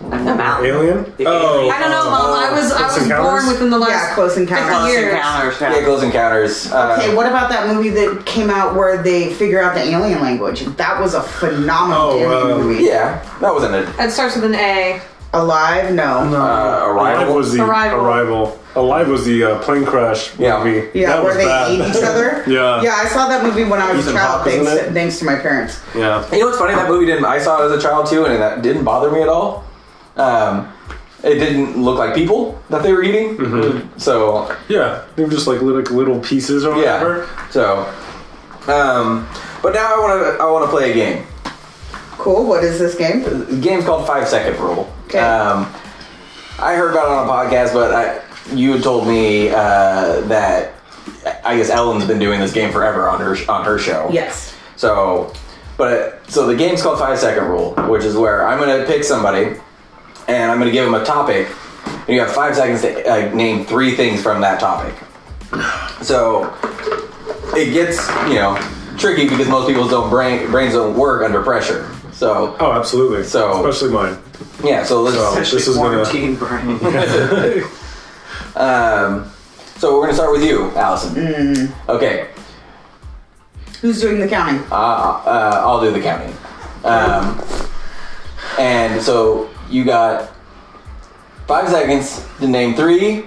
[SPEAKER 6] And the
[SPEAKER 3] it.
[SPEAKER 6] mountain.
[SPEAKER 3] Alien.
[SPEAKER 6] The
[SPEAKER 3] Oh,
[SPEAKER 6] alien.
[SPEAKER 2] I don't know, Mom. I was I
[SPEAKER 3] Close
[SPEAKER 2] was
[SPEAKER 3] Encounters?
[SPEAKER 2] born within the last
[SPEAKER 4] Yeah, Close Encounters.
[SPEAKER 2] 50
[SPEAKER 6] Close
[SPEAKER 2] years.
[SPEAKER 6] Encounters. yeah.
[SPEAKER 1] Yeah, Close Encounters. Uh,
[SPEAKER 4] Hey, what about that movie that came out where they figure out the alien language? That was a phenomenal
[SPEAKER 3] Oh,
[SPEAKER 4] alien
[SPEAKER 3] um,
[SPEAKER 4] movie.
[SPEAKER 1] Yeah, that wasn't a
[SPEAKER 2] It starts with an A.
[SPEAKER 4] Alive? No.
[SPEAKER 3] No.
[SPEAKER 1] uh,
[SPEAKER 3] Alive
[SPEAKER 1] arrival.
[SPEAKER 3] was the
[SPEAKER 2] Arrival.
[SPEAKER 3] arrival. Alive was the uh, plane crash
[SPEAKER 1] Yeah.
[SPEAKER 3] movie.
[SPEAKER 4] Yeah,
[SPEAKER 3] that
[SPEAKER 4] where
[SPEAKER 3] was
[SPEAKER 4] they
[SPEAKER 3] bad.
[SPEAKER 4] ate each other.
[SPEAKER 3] Yeah.
[SPEAKER 4] Yeah, I saw that movie when I was
[SPEAKER 3] Ethan
[SPEAKER 4] a child,
[SPEAKER 3] Hawke, isn't
[SPEAKER 4] thanks to,
[SPEAKER 3] it?
[SPEAKER 4] thanks to my parents.
[SPEAKER 3] *laughs* yeah.
[SPEAKER 1] You know what's funny? That movie didn't. I saw it as a child too, and that didn't bother me at all. Um, it didn't look like people that they were eating. So
[SPEAKER 3] Yeah. They were just like little, like, little pieces or
[SPEAKER 1] yeah.
[SPEAKER 3] whatever.
[SPEAKER 1] So, um, but now I want to. I want to play a game.
[SPEAKER 4] Cool, what is this game?
[SPEAKER 1] The game's called Five Second Rule.
[SPEAKER 4] Okay.
[SPEAKER 1] Um, I heard about it on a podcast, but I, you had told me uh, that I guess Ellen's been doing this game forever on her on her show.
[SPEAKER 4] Yes.
[SPEAKER 1] So, but so the game's called Five Second Rule, which is where I'm gonna pick somebody, and I'm gonna give them a topic, and you have five seconds to uh, name three things from that topic. So, it gets you know tricky because most people's don't brain brains don't work under pressure. So
[SPEAKER 3] Oh, absolutely.
[SPEAKER 1] So-
[SPEAKER 3] especially mine.
[SPEAKER 1] yeah, so let's.
[SPEAKER 3] So this is gonna.
[SPEAKER 6] Quarantine brain.
[SPEAKER 3] *laughs*
[SPEAKER 1] Um, so we're gonna start with you, Allison. Okay,
[SPEAKER 4] Who's doing the counting?
[SPEAKER 1] uh, uh, I'll do the counting. Um, and so you got five seconds to name three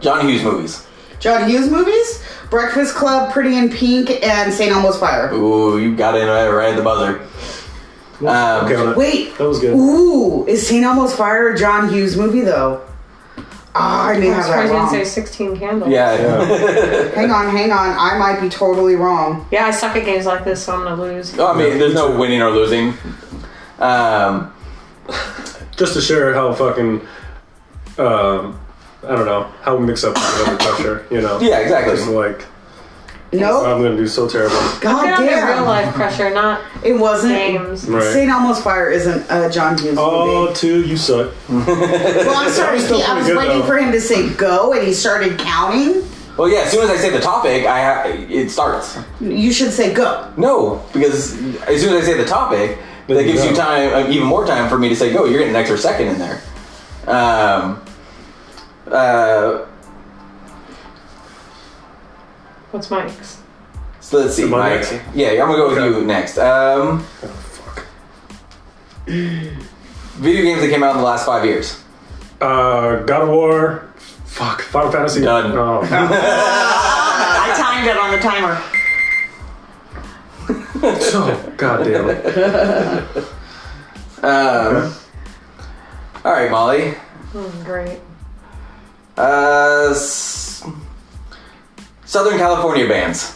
[SPEAKER 1] John Hughes movies.
[SPEAKER 4] John Hughes movies? Breakfast Club, Pretty in Pink, and St. Elmo's Fire.
[SPEAKER 1] Ooh, you got in right right at the buzzer. Um,
[SPEAKER 3] Okay, well,
[SPEAKER 4] Wait.
[SPEAKER 3] That was good.
[SPEAKER 4] Ooh, is St. Elmo's Fire a John Hughes movie though? Ah, I may
[SPEAKER 2] I was
[SPEAKER 4] have that
[SPEAKER 2] surprised you didn't say
[SPEAKER 4] wrong.
[SPEAKER 2] 16 candles.
[SPEAKER 1] Yeah.
[SPEAKER 4] Hang on, hang on. I might be totally wrong.
[SPEAKER 2] Yeah, I suck at games like this, so I'm gonna lose.
[SPEAKER 1] *laughs*
[SPEAKER 3] Oh,
[SPEAKER 1] No, I mean, there's no winning or losing. Um,
[SPEAKER 3] just to share how fucking um, I don't know how mix up with under pressure. You know.
[SPEAKER 1] Yeah, exactly.
[SPEAKER 3] Just like
[SPEAKER 4] No,
[SPEAKER 3] I'm gonna do so terrible.
[SPEAKER 4] god
[SPEAKER 2] Get on the real
[SPEAKER 4] damn,
[SPEAKER 2] life pressure,
[SPEAKER 3] *laughs*
[SPEAKER 2] not
[SPEAKER 4] it wasn't.
[SPEAKER 2] games.
[SPEAKER 3] Right.
[SPEAKER 4] St. Elmo's Fire isn't a John Hughes
[SPEAKER 3] Oh,
[SPEAKER 4] movie.
[SPEAKER 3] two, you suck.
[SPEAKER 4] Well, I'm sorry.
[SPEAKER 3] was still
[SPEAKER 4] He, I was
[SPEAKER 3] pretty good,
[SPEAKER 4] waiting
[SPEAKER 3] though.
[SPEAKER 4] for him to say go, and he started counting.
[SPEAKER 1] Well, yeah. As soon as I say the topic, I ha- it starts.
[SPEAKER 4] You should say go.
[SPEAKER 3] *laughs*
[SPEAKER 1] No, because as soon as I say the topic,
[SPEAKER 3] Then
[SPEAKER 1] that
[SPEAKER 3] you
[SPEAKER 1] gives
[SPEAKER 3] go.
[SPEAKER 1] you time, uh, even more time for me to say go. You're getting an extra second in there. Um. Uh.
[SPEAKER 2] What's Mike's?
[SPEAKER 1] So let's see,
[SPEAKER 3] Am I
[SPEAKER 1] Mike.
[SPEAKER 3] next?
[SPEAKER 1] Yeah, I'm gonna go with
[SPEAKER 3] Okay.
[SPEAKER 1] you next. Um.
[SPEAKER 3] Oh,
[SPEAKER 1] Video games that came out in the last five years.
[SPEAKER 3] Uh, God of War. Fuck. Final Fantasy.
[SPEAKER 1] Done.
[SPEAKER 3] Oh,
[SPEAKER 6] I timed it on the timer.
[SPEAKER 3] so Oh, goddamn. it.
[SPEAKER 1] Um. All right, Molly.
[SPEAKER 2] Mm, Great.
[SPEAKER 1] Uh. S- Southern California bands.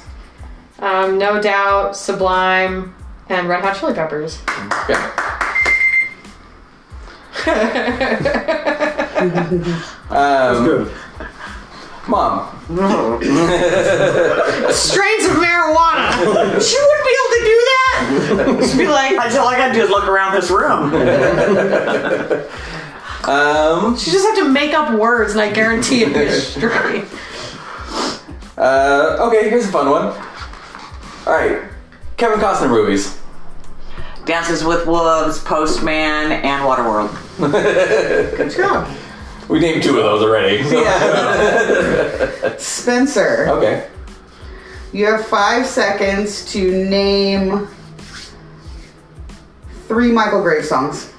[SPEAKER 2] Um, no doubt, Sublime, and Red Hot Chili Peppers.
[SPEAKER 1] Yeah.
[SPEAKER 2] *laughs*
[SPEAKER 1] um,
[SPEAKER 3] Good.
[SPEAKER 1] Mom,
[SPEAKER 2] Strains of marijuana.
[SPEAKER 6] She wouldn't be able to do that. She'd be like, that's all I gotta do is look around
[SPEAKER 3] *laughs*
[SPEAKER 6] this room.
[SPEAKER 1] um,
[SPEAKER 2] You just have to make up words, and I guarantee it is straight.
[SPEAKER 1] uh, okay, here's a fun one. All right, Kevin Costner movies.
[SPEAKER 6] Dances with Wolves, Postman, and Waterworld.
[SPEAKER 1] We named two of those already. so-
[SPEAKER 4] Spencer,
[SPEAKER 1] Okay.
[SPEAKER 4] you have five seconds to name three Michael Graves songs.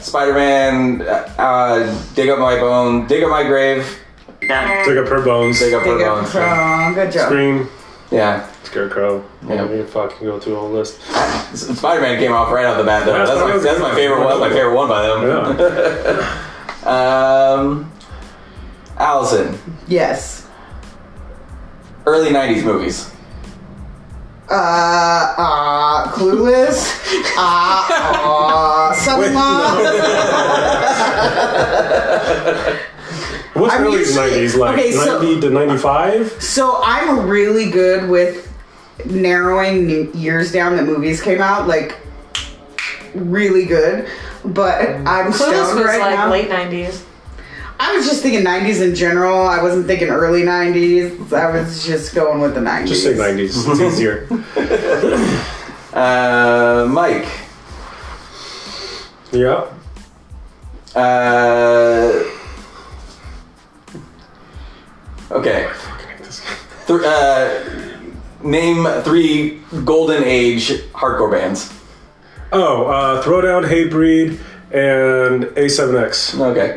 [SPEAKER 1] Spider-Man, uh, dig up my bone, dig up my grave,
[SPEAKER 6] Done.
[SPEAKER 3] Dig up her bones.
[SPEAKER 1] dig up her
[SPEAKER 4] Dig up
[SPEAKER 1] bones.
[SPEAKER 4] from- Good job.
[SPEAKER 3] Scream.
[SPEAKER 1] Yeah.
[SPEAKER 3] Scarecrow.
[SPEAKER 1] Yeah.
[SPEAKER 3] Yeah. We can fucking go through a whole list.
[SPEAKER 1] S- Spider-Man came off right off the bat though.
[SPEAKER 3] That's
[SPEAKER 1] That's
[SPEAKER 3] what I
[SPEAKER 1] my,
[SPEAKER 3] was
[SPEAKER 1] that's my
[SPEAKER 3] gonna-
[SPEAKER 1] favorite one. That's my favorite one by them.
[SPEAKER 3] *laughs* Yeah.
[SPEAKER 1] *laughs* Um, Allison,
[SPEAKER 4] Yes.
[SPEAKER 1] early '90s movies.
[SPEAKER 4] Uh, uh, Clueless. uh,
[SPEAKER 3] *laughs*
[SPEAKER 4] uh, Son-in-Law.
[SPEAKER 3] What's
[SPEAKER 4] I'm
[SPEAKER 3] early
[SPEAKER 4] usually-
[SPEAKER 3] 90s like?
[SPEAKER 4] okay, so-
[SPEAKER 3] 90 to 95?
[SPEAKER 4] So I'm really good with narrowing n- years down that movies came out. Like, really good. But
[SPEAKER 3] Mm.
[SPEAKER 4] I'm
[SPEAKER 2] Clueless
[SPEAKER 4] stoned
[SPEAKER 2] was
[SPEAKER 4] right
[SPEAKER 2] like
[SPEAKER 4] now.
[SPEAKER 2] late '90s.
[SPEAKER 4] I was just thinking 90s in general. I wasn't thinking early 90s. I was just going with the 90s.
[SPEAKER 3] Just say 90s. It's easier.
[SPEAKER 1] Uh, Mike,
[SPEAKER 3] yeah.
[SPEAKER 1] uh, okay. Th- uh, name three golden age hardcore bands.
[SPEAKER 3] Oh, uh, Throwdown, Hatebreed, and A7X.
[SPEAKER 1] Okay. nice.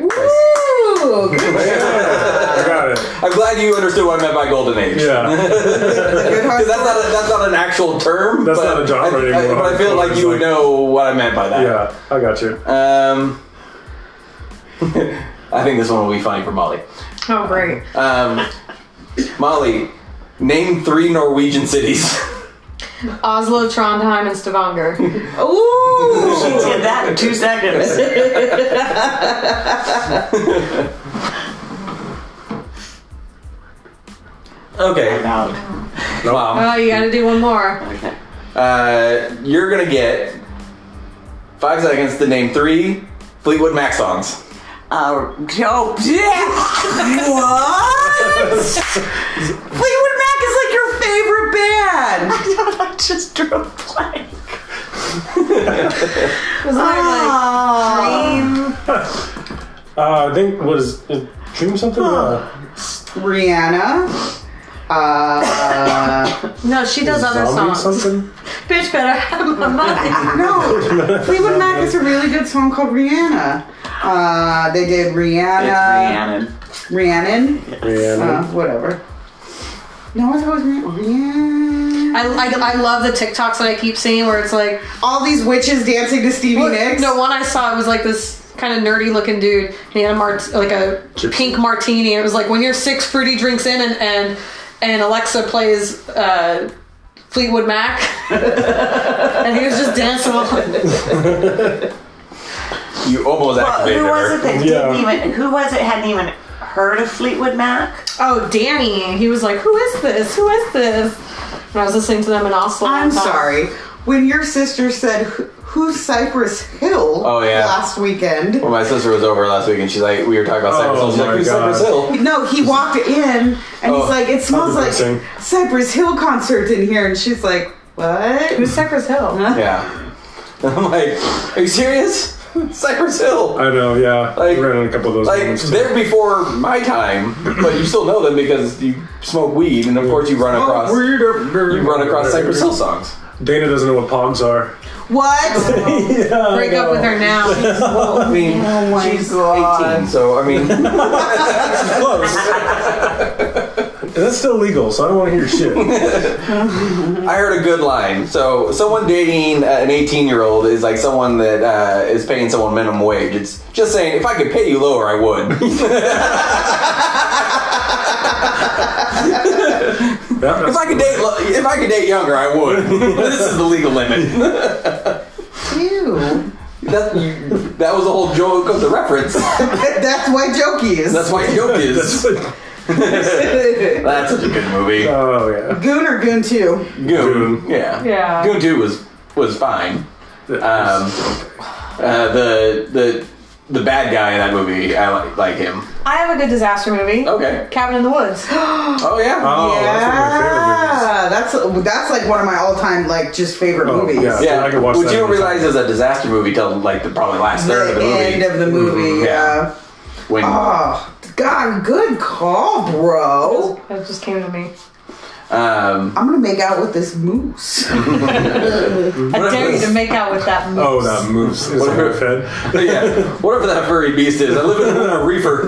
[SPEAKER 4] Ooh, good,
[SPEAKER 3] I got it.
[SPEAKER 1] I'm glad you understood what I meant by golden age.
[SPEAKER 3] Yeah.
[SPEAKER 4] good hard-
[SPEAKER 1] 'Cause That's not, a, that's not an actual term.
[SPEAKER 3] That's
[SPEAKER 1] but
[SPEAKER 3] not a genre
[SPEAKER 1] I, I-
[SPEAKER 3] anymore.
[SPEAKER 1] but I feel like you would know what I meant by that.
[SPEAKER 3] yeah, I got you.
[SPEAKER 1] Um, *laughs* I think this one will be funny for Molly.
[SPEAKER 2] Oh, great.
[SPEAKER 1] Um, Molly, name three Norwegian cities. *laughs*
[SPEAKER 2] Oslo, Trondheim, and Stavanger. *laughs*
[SPEAKER 4] Ooh.
[SPEAKER 6] She did that in two seconds.
[SPEAKER 3] *laughs*
[SPEAKER 1] okay.
[SPEAKER 6] Out.
[SPEAKER 1] Wow.
[SPEAKER 2] Oh,
[SPEAKER 6] Uh,
[SPEAKER 2] you gotta do one more.
[SPEAKER 1] Uh, you're gonna get five seconds to name three Fleetwood Mac songs.
[SPEAKER 6] Uh, *laughs* oh, yeah.
[SPEAKER 4] What? Fleetwood Mac is like your favorite band.
[SPEAKER 6] *laughs* I just drew a blank.
[SPEAKER 2] Was I Ah.
[SPEAKER 3] Uh, I think was is Dream something? Uh,
[SPEAKER 4] Rihanna. Uh,
[SPEAKER 2] like, no, she does other
[SPEAKER 3] zombie
[SPEAKER 2] songs.
[SPEAKER 3] something?
[SPEAKER 2] Bitch, better have *laughs* my money.
[SPEAKER 4] no, Fleetwood Mac is a really good song called Rihanna. Uh, they did
[SPEAKER 6] It's
[SPEAKER 4] Rihanna,
[SPEAKER 6] Rhiannon.
[SPEAKER 4] Rhiannon,
[SPEAKER 3] Rihanna.
[SPEAKER 4] uh, whatever. No, I thought it was Rihanna.
[SPEAKER 2] I, I, I love the TikToks that I keep seeing where it's like,
[SPEAKER 4] All these witches dancing to Stevie
[SPEAKER 2] Oh,
[SPEAKER 4] Nicks.
[SPEAKER 2] No, one I saw it was like this kind of nerdy looking dude. And he had a mart- like a pink martini. It was like when you're six fruity drinks in, and and, and Alexa plays uh, Fleetwood *laughs* Mac, and he was just dancing. along.
[SPEAKER 1] You almost
[SPEAKER 6] Well,
[SPEAKER 1] activated
[SPEAKER 6] who was
[SPEAKER 1] her.
[SPEAKER 6] it that
[SPEAKER 3] Yeah.
[SPEAKER 6] didn't even? Who was it hadn't even heard of Fleetwood Mac?
[SPEAKER 2] Oh, Danny. He was like, Who is this? Who is this? And I was listening to them in Oslo. and I
[SPEAKER 4] I'm
[SPEAKER 2] thought,
[SPEAKER 4] sorry. When your sister said, "Who- "Who's Cypress Hill?"
[SPEAKER 1] Oh, yeah.
[SPEAKER 4] last weekend.
[SPEAKER 1] Well, my sister was over last week and she's like, we were talking about Cypress
[SPEAKER 3] Oh,
[SPEAKER 1] Hill. She's like,
[SPEAKER 3] my
[SPEAKER 1] who's
[SPEAKER 3] God.
[SPEAKER 1] Cypress Hill? *laughs*
[SPEAKER 4] No, he walked in and
[SPEAKER 1] Oh,
[SPEAKER 4] he's like, "It smells like
[SPEAKER 3] depressing.
[SPEAKER 4] Cypress Hill concerts in here," and she's like, "What?"
[SPEAKER 2] Who's Cypress Hill?
[SPEAKER 1] Yeah. I'm like, are you serious? *laughs* Cypress Hill.
[SPEAKER 3] I know, yeah.
[SPEAKER 1] Like-
[SPEAKER 3] I ran in a couple of those
[SPEAKER 1] Like,
[SPEAKER 3] moments, too.
[SPEAKER 1] they're before my time, but you still know them because you smoke weed and of course you run across you run across Cypress Hill songs.
[SPEAKER 3] Dana doesn't know what palms are.
[SPEAKER 4] What?
[SPEAKER 3] Yeah,
[SPEAKER 2] Break up with her now.
[SPEAKER 1] I mean, *laughs*
[SPEAKER 2] Oh
[SPEAKER 1] she's 18, so I mean,
[SPEAKER 3] *laughs* Close. And That's still legal, so I don't want to hear *laughs* shit.
[SPEAKER 1] I heard a good line. So, someone dating uh, an 18 year old is like someone that uh, is paying someone minimum wage. It's just saying, if I could pay you lower, I would. *laughs*
[SPEAKER 3] That-
[SPEAKER 1] If I could date, lo- if I could date younger, I *laughs* would. this is the legal limit.
[SPEAKER 4] Ew.
[SPEAKER 1] That, that was the whole joke of the reference.
[SPEAKER 4] That's why jokey is.
[SPEAKER 1] That's why joke is. That's such a good movie.
[SPEAKER 3] oh, yeah.
[SPEAKER 4] *laughs* Goon or Goon Two?
[SPEAKER 1] Goon, yeah,
[SPEAKER 2] Yeah.
[SPEAKER 1] Goon Two was was fine. Um, uh, the the the bad guy in that movie, I like, like him.
[SPEAKER 2] I have a good disaster movie.
[SPEAKER 4] Oh.
[SPEAKER 1] Okay.
[SPEAKER 2] Cabin in the
[SPEAKER 4] *gasps*
[SPEAKER 2] Woods.
[SPEAKER 1] Oh yeah.
[SPEAKER 3] oh, that's
[SPEAKER 4] yeah, that's that's like one of my all-time like just favorite
[SPEAKER 3] Oh,
[SPEAKER 4] movies.
[SPEAKER 3] yeah.
[SPEAKER 1] yeah.
[SPEAKER 3] I could watch
[SPEAKER 1] Which
[SPEAKER 3] that
[SPEAKER 1] you don't
[SPEAKER 3] anytime.
[SPEAKER 1] realize is a disaster movie till like the probably last
[SPEAKER 4] The,
[SPEAKER 1] third of the movie.
[SPEAKER 4] end of the
[SPEAKER 2] Mm-hmm.
[SPEAKER 4] movie.
[SPEAKER 1] yeah.
[SPEAKER 4] yeah.
[SPEAKER 1] when
[SPEAKER 4] Oh God, good call, bro.
[SPEAKER 2] That just came to me.
[SPEAKER 1] um,
[SPEAKER 4] I'm gonna make out with this
[SPEAKER 2] *laughs*
[SPEAKER 4] moose.
[SPEAKER 2] I dare you to make out with that movie.
[SPEAKER 3] Oh, that moves. It's on my head.
[SPEAKER 1] But yeah, whatever that furry beast is, I live in a *laughs* reefer.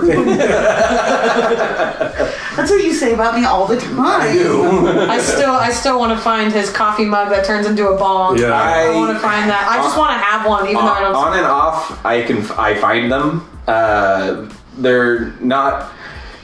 [SPEAKER 4] That's what you say about me all the time.
[SPEAKER 2] I still I still want to find his coffee mug that turns into a bong.
[SPEAKER 3] Yeah.
[SPEAKER 2] I, want to find that. I just want to have one, even though I
[SPEAKER 1] on,
[SPEAKER 2] don't.
[SPEAKER 1] on and off, I can I find them. Uh, they're not.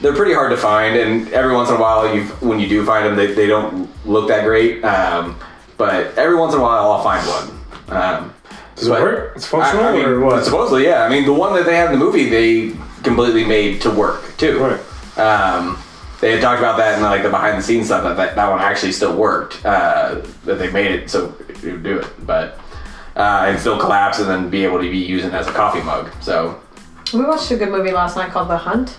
[SPEAKER 1] They're pretty hard to find, and every once in a while, you when you do find them, they, they don't look that great. Um, but every once in a while, I'll find one. Um,
[SPEAKER 3] Does it
[SPEAKER 1] but-
[SPEAKER 3] work? It's functional
[SPEAKER 1] I- I mean,
[SPEAKER 3] or what?
[SPEAKER 1] Supposedly, yeah. I mean, the one that they had in the movie, they completely made to work too.
[SPEAKER 3] Right.
[SPEAKER 1] Um, they had talked about that in like the behind the scenes stuff that, that that one actually still worked. Uh, that they made it so it would do it, but uh, and still collapse and then be able to be using as a coffee mug. So
[SPEAKER 2] We watched a good movie last night called The Hunt.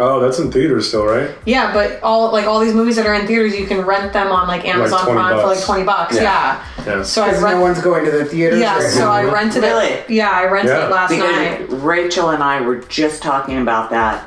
[SPEAKER 3] Oh, that's in theaters still, right?
[SPEAKER 2] Yeah, but all like all these movies that are in theaters, you can rent them on like Amazon
[SPEAKER 3] 20
[SPEAKER 2] Prime for like
[SPEAKER 3] bucks.
[SPEAKER 2] twenty bucks.
[SPEAKER 1] Yeah.
[SPEAKER 2] Yeah.
[SPEAKER 3] Yeah.
[SPEAKER 2] So I
[SPEAKER 4] Because no
[SPEAKER 2] rent.
[SPEAKER 4] one's going to the theaters.
[SPEAKER 2] Yeah.
[SPEAKER 4] right
[SPEAKER 2] So I rented
[SPEAKER 6] Really?
[SPEAKER 2] it. Yeah, I rented
[SPEAKER 3] Yeah.
[SPEAKER 2] it last
[SPEAKER 6] Because
[SPEAKER 2] night.
[SPEAKER 6] Rachel and I were just talking about that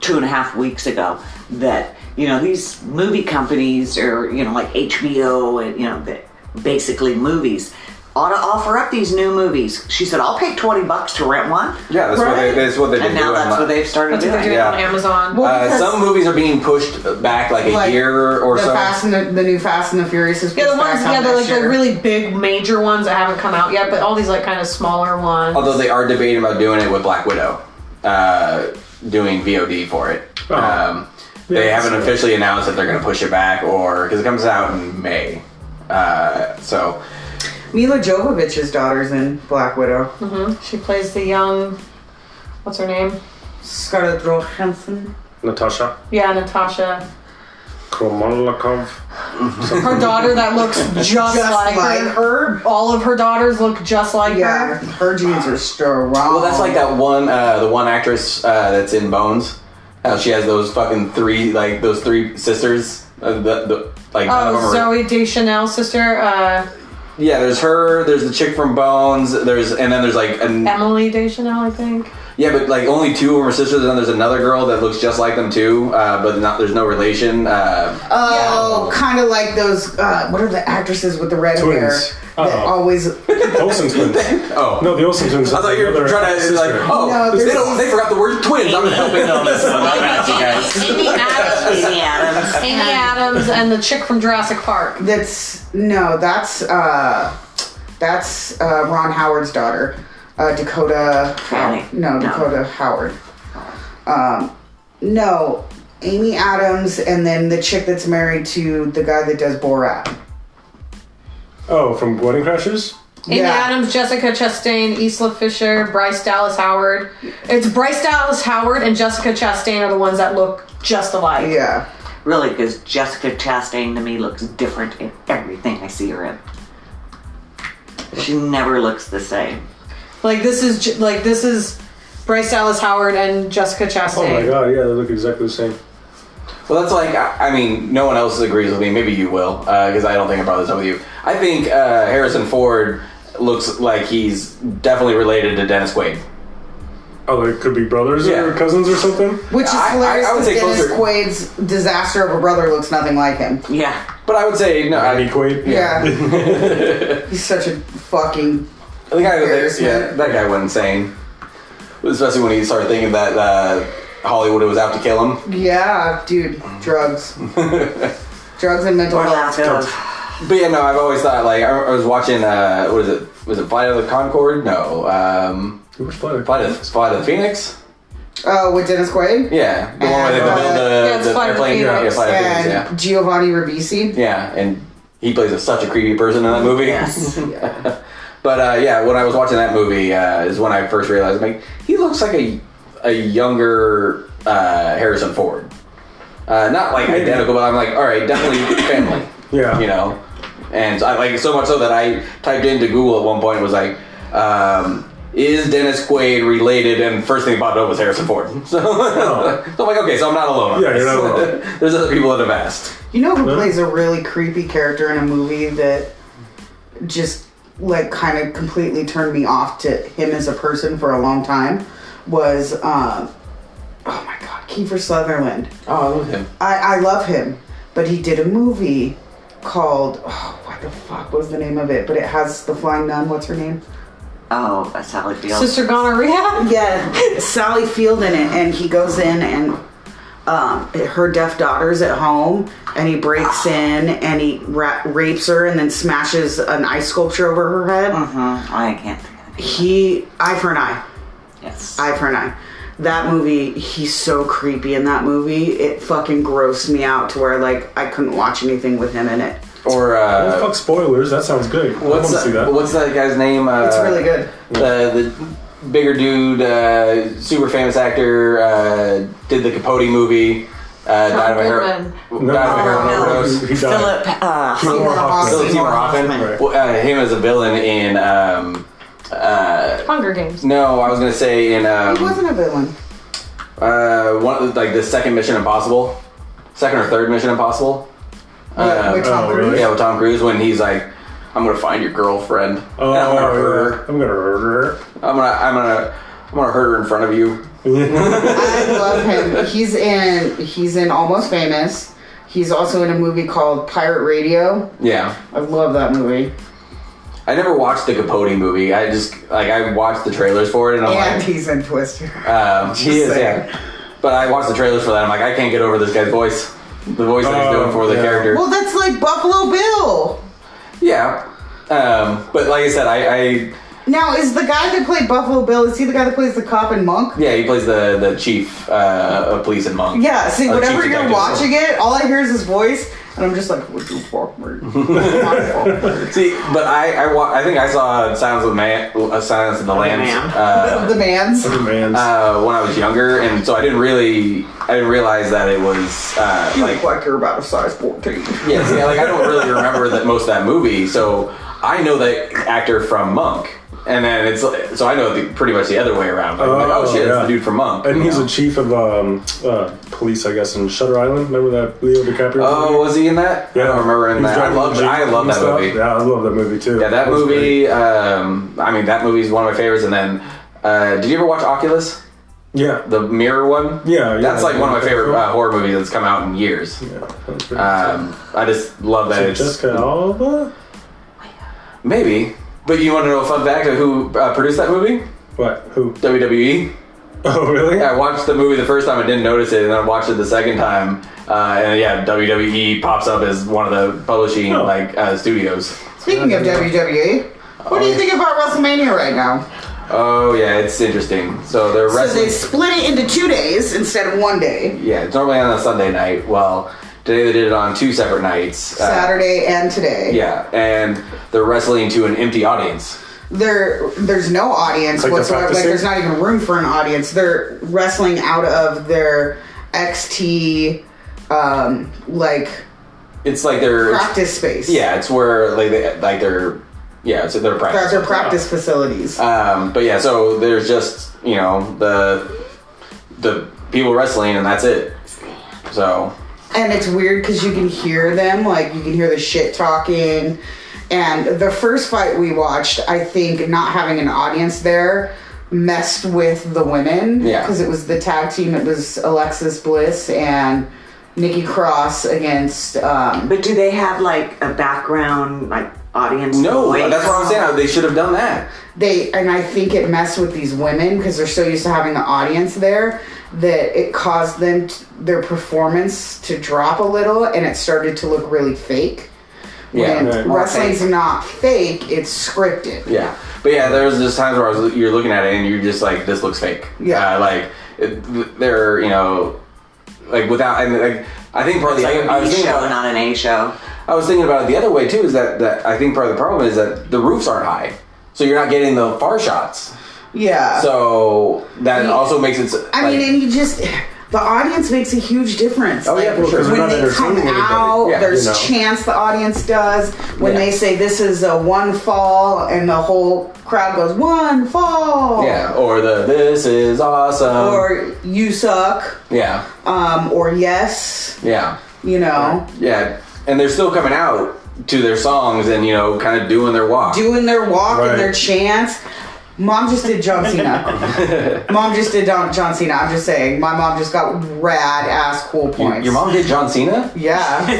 [SPEAKER 6] two and a half weeks ago. That you know these movie companies or you know like HBO and you know that basically movies ought to offer up these new movies. She said, "I'll pay twenty bucks to rent one,"
[SPEAKER 1] yeah, that's what they,
[SPEAKER 4] Right.
[SPEAKER 1] that's what they've been
[SPEAKER 6] and now
[SPEAKER 1] doing.
[SPEAKER 6] that's what they've started
[SPEAKER 2] That's what they're
[SPEAKER 6] doing.
[SPEAKER 1] Yeah.
[SPEAKER 2] doing on Amazon.
[SPEAKER 1] uh, some movies are being pushed back like a
[SPEAKER 4] Like,
[SPEAKER 1] year or
[SPEAKER 4] the
[SPEAKER 1] so.
[SPEAKER 4] Fast and the, the new Fast and the Furious is
[SPEAKER 2] yeah, the
[SPEAKER 4] pushed back
[SPEAKER 2] ones.
[SPEAKER 4] on
[SPEAKER 2] Yeah, the
[SPEAKER 4] next
[SPEAKER 2] like the
[SPEAKER 4] year.
[SPEAKER 2] really big major ones that haven't come out yet, but all these like kind of smaller ones.
[SPEAKER 1] Although they are debating about doing it with Black Widow, uh, doing VOD for it.
[SPEAKER 3] Oh.
[SPEAKER 1] Um, they
[SPEAKER 3] Yeah,
[SPEAKER 1] haven't
[SPEAKER 3] that's-
[SPEAKER 1] officially announced if they're going to push it back or because it comes out in May. Uh, so
[SPEAKER 4] Mila Jovovich's daughter's in Black Widow.
[SPEAKER 2] She plays the young. What's her name?
[SPEAKER 4] Scarlett Johansson.
[SPEAKER 3] Natasha
[SPEAKER 2] Yeah, Natasha.
[SPEAKER 3] Kromalikov.
[SPEAKER 2] *laughs* Her daughter that looks just, like, her. All of her daughters look just like
[SPEAKER 4] Yeah,
[SPEAKER 2] her.
[SPEAKER 4] her jeans are strong.
[SPEAKER 1] well, that's like that one uh, the one actress uh, that's in Bones. How she has those fucking three like those three sisters. Uh, the, the, like none of them
[SPEAKER 2] Oh,
[SPEAKER 1] are-
[SPEAKER 2] Zoe Deschanel's sister, uh,
[SPEAKER 1] yeah, there's her. There's the chick from Bones. There's and then there's like an,
[SPEAKER 2] Emily Deschanel, I think.
[SPEAKER 1] Yeah, but like only two of them are sisters, and then there's another girl that looks just like them too, uh, but not there's no relation. Uh,
[SPEAKER 4] Oh, kind of like those. Uh, what are the actresses with the red
[SPEAKER 3] Twins.
[SPEAKER 4] hair that
[SPEAKER 3] Uh-oh.
[SPEAKER 4] always?
[SPEAKER 3] Olsen twins.
[SPEAKER 1] oh,
[SPEAKER 3] No, the Olsen twins.
[SPEAKER 1] I thought you were trying to like, oh,
[SPEAKER 4] No,
[SPEAKER 1] they
[SPEAKER 4] there's-
[SPEAKER 1] don't, they forgot the word twins. I'm *laughs* helping on this one. I got you guys.
[SPEAKER 2] Amy Adams.
[SPEAKER 6] Amy Adams.
[SPEAKER 2] Amy Adams and the chick from Jurassic Park.
[SPEAKER 4] That's no. That's uh, that's uh, Ron Howard's daughter, uh, Dakota.
[SPEAKER 6] Fanning.
[SPEAKER 4] No,
[SPEAKER 6] No.
[SPEAKER 4] Dakota Howard. Um, no, Amy Adams, and then the chick that's married to the guy that does Borat.
[SPEAKER 3] Oh, from Wedding Crashers?
[SPEAKER 2] Amy
[SPEAKER 4] Yeah.
[SPEAKER 2] Adams, Jessica Chastain, Isla Fisher, Bryce Dallas Howard. It's Bryce Dallas Howard and Jessica Chastain are the ones that look just alike.
[SPEAKER 4] Yeah.
[SPEAKER 6] Really, because Jessica Chastain to me looks different in everything I see her in. She never looks the same.
[SPEAKER 2] Like this is j- like this is Bryce Dallas Howard and Jessica
[SPEAKER 3] Oh
[SPEAKER 2] Chastain.
[SPEAKER 3] my god, yeah, they look exactly the same.
[SPEAKER 1] Well, that's like, I, I mean, no one else agrees with me. Maybe you will, because I don't think I brought this up with you. I think uh, Harrison Ford looks like he's definitely related to Dennis Quaid.
[SPEAKER 3] Oh, they could be brothers
[SPEAKER 1] Yeah.
[SPEAKER 3] or cousins or something.
[SPEAKER 4] Which is
[SPEAKER 1] I- I-
[SPEAKER 4] hilarious
[SPEAKER 1] I would
[SPEAKER 4] because
[SPEAKER 1] say
[SPEAKER 4] Dennis
[SPEAKER 1] closer.
[SPEAKER 4] Quaid's disaster of a brother looks nothing like him.
[SPEAKER 6] Yeah.
[SPEAKER 1] But I would say, no, I,
[SPEAKER 3] Andy Quaid.
[SPEAKER 4] Yeah. He's such a fucking.
[SPEAKER 1] The guy, that,
[SPEAKER 4] Embarrassment.
[SPEAKER 1] yeah, that guy went insane. Especially when he started thinking that uh, Hollywood was out to kill him.
[SPEAKER 4] Yeah, dude. Drugs. drugs and mental
[SPEAKER 6] Or
[SPEAKER 4] health.
[SPEAKER 6] lack of.
[SPEAKER 1] But yeah, no, I've always thought like I, I was watching. Uh, what is it? Was it Flight of the Concord? No, um,
[SPEAKER 3] Who was Flight of-
[SPEAKER 1] Flight of Flight of the Phoenix.
[SPEAKER 4] Oh, with Dennis Quaid?
[SPEAKER 1] Yeah, the one where they
[SPEAKER 4] Uh,
[SPEAKER 1] build
[SPEAKER 2] yeah,
[SPEAKER 1] the,
[SPEAKER 2] it's
[SPEAKER 1] the
[SPEAKER 2] Flight of the
[SPEAKER 1] airplane.
[SPEAKER 2] Phoenix.
[SPEAKER 1] yeah, Flight of the Phoenix.
[SPEAKER 4] And
[SPEAKER 1] Yeah,
[SPEAKER 4] Giovanni Ribisi.
[SPEAKER 1] yeah, and he plays a, such a creepy person in that movie. *laughs*
[SPEAKER 6] Yes.
[SPEAKER 1] But uh, yeah, when I was watching that movie uh, is when I first realized like he looks like a a younger uh, Harrison Ford. Uh, not like identical, but I'm like, all right, definitely family.
[SPEAKER 3] *laughs* Yeah.
[SPEAKER 1] you know. And I like so much so that I typed into Google at one point was like, um, is Dennis Quaid related? And first thing that popped up was Harrison Ford. *laughs* So, *laughs* so I'm like, okay, so I'm not alone. on
[SPEAKER 3] Oh. Yeah,
[SPEAKER 1] this.
[SPEAKER 3] you're not
[SPEAKER 1] *laughs*
[SPEAKER 3] alone.
[SPEAKER 1] There's other people that have asked.
[SPEAKER 4] You know who
[SPEAKER 3] Huh?
[SPEAKER 4] plays a really creepy character in a movie that just like kind of completely turned me off to him as a person for a long time was um oh my god, Kiefer Sutherland.
[SPEAKER 1] Oh, I love him.
[SPEAKER 4] I, I love him, but he did a movie called oh, what the fuck was the name of it? But it has the flying nun. What's her name?
[SPEAKER 6] Oh, that's how it feels.
[SPEAKER 2] Sister Gonorrhea.
[SPEAKER 4] Yeah, Sally Field in it, and he goes in and um, her deaf daughter's at home, and he breaks in and he ra- rapes her, and then smashes an ice sculpture over her head.
[SPEAKER 6] Mhm, I can't think of it.
[SPEAKER 4] He eye for an eye,
[SPEAKER 6] Yes.
[SPEAKER 4] eye for an eye. That movie, he's so creepy in that movie. It fucking grossed me out to where like I couldn't watch anything with him in it.
[SPEAKER 1] Or
[SPEAKER 3] Oh,
[SPEAKER 1] uh,
[SPEAKER 3] fuck spoilers. That sounds good. I want
[SPEAKER 1] what's
[SPEAKER 3] to see
[SPEAKER 1] that,
[SPEAKER 3] that.
[SPEAKER 1] what's that guy's name? Uh,
[SPEAKER 4] It's really good.
[SPEAKER 1] The the bigger dude, uh, super famous actor, uh, did the Capote movie. Uh, died of a heroin.
[SPEAKER 3] No,
[SPEAKER 1] Died of a heroin
[SPEAKER 3] no.
[SPEAKER 1] overdose.
[SPEAKER 3] He died.
[SPEAKER 6] Philip. Uh,
[SPEAKER 3] Seymour Hoffman.
[SPEAKER 1] Philip Seymour Hoffman.
[SPEAKER 3] Hoffman.
[SPEAKER 1] Well, uh, him as a villain in. Um, uh,
[SPEAKER 2] *laughs* Hunger Games.
[SPEAKER 1] no, I was gonna say in um,
[SPEAKER 4] He wasn't a villain.
[SPEAKER 1] uh, one of the- like the second Mission Impossible, second or third Mission Impossible.
[SPEAKER 4] Yeah, with
[SPEAKER 1] Uh,
[SPEAKER 4] Tom
[SPEAKER 3] oh,
[SPEAKER 4] Cruise.
[SPEAKER 3] really?
[SPEAKER 1] yeah, with Tom Cruise when he's like, "I'm gonna find your girlfriend. *laughs*
[SPEAKER 3] Oh,
[SPEAKER 1] and I'm gonna hurt
[SPEAKER 3] yeah.
[SPEAKER 1] her.
[SPEAKER 3] I'm gonna murder her.
[SPEAKER 1] I'm gonna I'm gonna I'm gonna hurt her in front of you."
[SPEAKER 4] I love him. He's in he's in Almost Famous. He's also in a movie called Pirate Radio.
[SPEAKER 1] Yeah.
[SPEAKER 4] I love that movie.
[SPEAKER 1] I never watched the Capote movie. I just like I watched the trailers for it, and I'm
[SPEAKER 4] And
[SPEAKER 1] like,
[SPEAKER 4] he's in Twister.
[SPEAKER 1] um, he is,
[SPEAKER 4] saying.
[SPEAKER 1] yeah. But I watched the trailers for that. I'm like, I can't get over this guy's voice, the voice that he's
[SPEAKER 3] Oh,
[SPEAKER 1] doing for the
[SPEAKER 3] yeah.
[SPEAKER 1] character.
[SPEAKER 4] Well, that's like Buffalo Bill.
[SPEAKER 1] yeah. Um, but like I said, I, I
[SPEAKER 4] Now, is the guy that played Buffalo Bill is he the guy that plays the cop and Monk?
[SPEAKER 1] yeah, he plays the the chief uh, of police in Monk.
[SPEAKER 4] Yeah. See,
[SPEAKER 1] Uh,
[SPEAKER 4] whenever
[SPEAKER 1] Chief
[SPEAKER 4] you're
[SPEAKER 1] Detective.
[SPEAKER 4] watching it, all I hear is his voice, and I'm just like, "Would you fuck
[SPEAKER 1] *laughs*
[SPEAKER 4] me?"
[SPEAKER 1] See, but I I, wa- I think I saw Silence of the Man, uh, Silence of the Lambs.
[SPEAKER 6] Man.
[SPEAKER 1] Uh,
[SPEAKER 4] the man's.
[SPEAKER 3] Other man's.
[SPEAKER 1] uh, when I was younger, and so I didn't really, I didn't realize that it was uh,
[SPEAKER 4] You
[SPEAKER 1] like
[SPEAKER 4] look *laughs* like you're about a size 14.
[SPEAKER 1] Yeah, see, like I don't really remember that most of that movie, so I know that actor from Monk, and then it's like- so I know the, pretty much the other way around. Like, oh, like, oh
[SPEAKER 3] Oh,
[SPEAKER 1] shit, it's
[SPEAKER 3] yeah.
[SPEAKER 1] the dude from Monk.
[SPEAKER 3] and
[SPEAKER 1] you
[SPEAKER 3] he's
[SPEAKER 1] know?
[SPEAKER 3] a chief of um, uh, police, I guess, in Shutter Island. Remember that Leo DiCaprio?
[SPEAKER 1] oh,
[SPEAKER 3] movie?
[SPEAKER 1] was he in that? I don't remember in
[SPEAKER 3] He was
[SPEAKER 1] that. I
[SPEAKER 3] driving the
[SPEAKER 1] love,
[SPEAKER 3] jeep
[SPEAKER 1] I love
[SPEAKER 3] and
[SPEAKER 1] that
[SPEAKER 3] stuff.
[SPEAKER 1] movie. Yeah,
[SPEAKER 3] Yeah, I love that movie too.
[SPEAKER 1] that
[SPEAKER 3] was great.
[SPEAKER 1] movie. Um, I mean, that movie's one of my favorites. And then, uh, did you ever watch Oculus,
[SPEAKER 3] Yeah,
[SPEAKER 1] the mirror one?
[SPEAKER 3] Yeah, yeah,
[SPEAKER 1] that's like one of my
[SPEAKER 3] yeah.
[SPEAKER 1] favorite uh, horror movies that's come out in years.
[SPEAKER 3] yeah. that was pretty
[SPEAKER 1] Um, I just love that.
[SPEAKER 3] good.
[SPEAKER 1] it's
[SPEAKER 3] Jessica Alba.
[SPEAKER 1] maybe. But you want to know a fun fact of who uh, produced that movie? E?
[SPEAKER 3] What? Who? *laughs*
[SPEAKER 1] WWE.
[SPEAKER 3] Oh, really?
[SPEAKER 1] I watched the movie the first time, I didn't notice it, and then I watched it the second time, uh, and yeah, WWE pops up as one of the publishing
[SPEAKER 3] Oh.
[SPEAKER 1] like uh, studios.
[SPEAKER 4] Speaking of WWE, what do you think about WrestleMania right now?
[SPEAKER 1] Oh yeah, it's interesting. So they're
[SPEAKER 4] So they
[SPEAKER 1] wrestling.
[SPEAKER 4] split it into two days instead of one day.
[SPEAKER 1] yeah, it's normally on a Sunday night. Well, Today they did it on two separate nights. Uh,
[SPEAKER 4] Saturday and today.
[SPEAKER 1] Yeah, and they're wrestling to an empty audience.
[SPEAKER 4] there there's no audience
[SPEAKER 3] Like the
[SPEAKER 4] whatsoever. Like
[SPEAKER 3] practicing?
[SPEAKER 4] there's not even room for an audience. They're wrestling out of their XT um like
[SPEAKER 1] It's like they're
[SPEAKER 4] practice space.
[SPEAKER 1] Yeah, it's where like they like they're yeah, it's their
[SPEAKER 4] Their,
[SPEAKER 1] practice.
[SPEAKER 4] their practice facilities.
[SPEAKER 1] Um, but yeah, so there's just you know the the people wrestling and that's it. So
[SPEAKER 4] and it's weird because you can hear them like you can hear the shit talking and the first fight we watched i think not having an audience there messed with the women
[SPEAKER 1] Yeah.
[SPEAKER 4] because it was the tag team it was alexis bliss and nikki cross against um
[SPEAKER 6] But do they have like a background, like audience?
[SPEAKER 1] no,
[SPEAKER 6] noise?
[SPEAKER 1] that's what I'm saying. They should have done that.
[SPEAKER 4] they and i think it messed with these women because they're so used to having the audience there that it caused them t- their performance to drop a little and it started to look really fake
[SPEAKER 1] Yeah,
[SPEAKER 4] And
[SPEAKER 3] Right.
[SPEAKER 4] wrestling's not fake, it's scripted.
[SPEAKER 1] yeah. But yeah, there's just times where I was you're looking at it and you're just like, this looks fake.
[SPEAKER 4] Yeah.
[SPEAKER 1] uh, like it, they're you know like without and like I think part of the
[SPEAKER 6] Like
[SPEAKER 1] I
[SPEAKER 6] a
[SPEAKER 1] was
[SPEAKER 6] B
[SPEAKER 1] thinking
[SPEAKER 6] show,
[SPEAKER 1] about-
[SPEAKER 6] not an A show.
[SPEAKER 1] I was thinking about it the other way too. Is that, that I think part of the problem is that the roofs aren't high, so you're not getting the far shots.
[SPEAKER 6] Uh,
[SPEAKER 4] Yeah.
[SPEAKER 1] So that also makes it. s-
[SPEAKER 4] I
[SPEAKER 1] like-
[SPEAKER 4] mean, and you just the audience makes a huge difference.
[SPEAKER 1] Oh, yeah, for sure. 'Cause
[SPEAKER 3] they're
[SPEAKER 4] When
[SPEAKER 3] not
[SPEAKER 4] they
[SPEAKER 3] entertaining
[SPEAKER 4] come
[SPEAKER 3] anybody.
[SPEAKER 4] out,
[SPEAKER 1] Yeah,
[SPEAKER 4] there's
[SPEAKER 3] you know.
[SPEAKER 4] chants the audience does. When
[SPEAKER 1] Yeah.
[SPEAKER 4] they say this is a one fall, and the whole crowd goes one fall.
[SPEAKER 1] yeah, Um, or the this is awesome.
[SPEAKER 4] Oh. Or you suck.
[SPEAKER 1] yeah,
[SPEAKER 4] Um, or yes.
[SPEAKER 1] yeah,
[SPEAKER 4] You know,
[SPEAKER 1] yeah, and they're still coming out to their songs and you know kind of doing their walk.
[SPEAKER 4] doing their walk
[SPEAKER 3] Right.
[SPEAKER 4] and their chants. Mom just did John Cena. mom just did Don- John Cena. I'm just saying. My mom just got rad ass cool
[SPEAKER 1] You-
[SPEAKER 4] points.
[SPEAKER 1] your mom did John
[SPEAKER 4] *laughs*
[SPEAKER 1] Cena.
[SPEAKER 4] Yeah.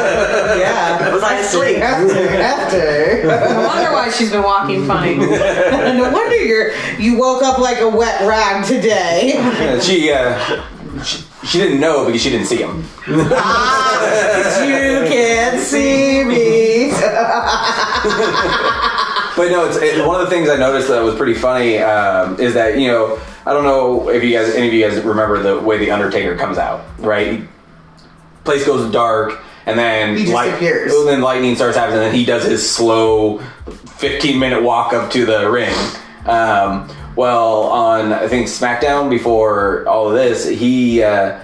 [SPEAKER 4] yeah.
[SPEAKER 6] Was I asleep?
[SPEAKER 4] After, after. *laughs*
[SPEAKER 2] No wonder why she's been walking
[SPEAKER 3] *laughs*
[SPEAKER 2] funny.
[SPEAKER 4] no wonder you're you woke up like a wet rag
[SPEAKER 1] *laughs*
[SPEAKER 4] today.
[SPEAKER 1] Yeah, she, uh, she she didn't know because she didn't see him.
[SPEAKER 4] You can't see me. *laughs*
[SPEAKER 1] But no, it's it, one of the things I noticed that was pretty funny um, is that you know I don't know if you guys any of you guys remember the way the Undertaker comes out, right? Place goes dark, and then
[SPEAKER 4] He disappears.
[SPEAKER 1] and then lightning starts happening, and then he does his slow, fifteen minute walk up to the ring. Um, well, on I think SmackDown before all of this, he uh,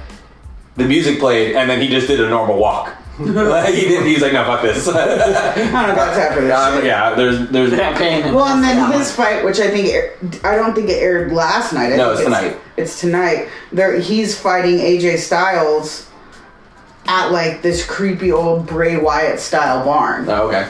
[SPEAKER 1] the music played, and then he just did a normal walk. *laughs* Like, he didn't. He's like, no, fuck this. *laughs*
[SPEAKER 4] I don't know what's happening.
[SPEAKER 1] Um, yeah, there's there's
[SPEAKER 4] Well, and then his fight, which I think air- I don't think it aired last night. I
[SPEAKER 1] No,
[SPEAKER 4] think
[SPEAKER 1] it's
[SPEAKER 4] it's
[SPEAKER 1] tonight.
[SPEAKER 4] It's tonight. There, he's fighting AJ Styles at like this creepy old Bray Wyatt style barn.
[SPEAKER 1] Oh, okay.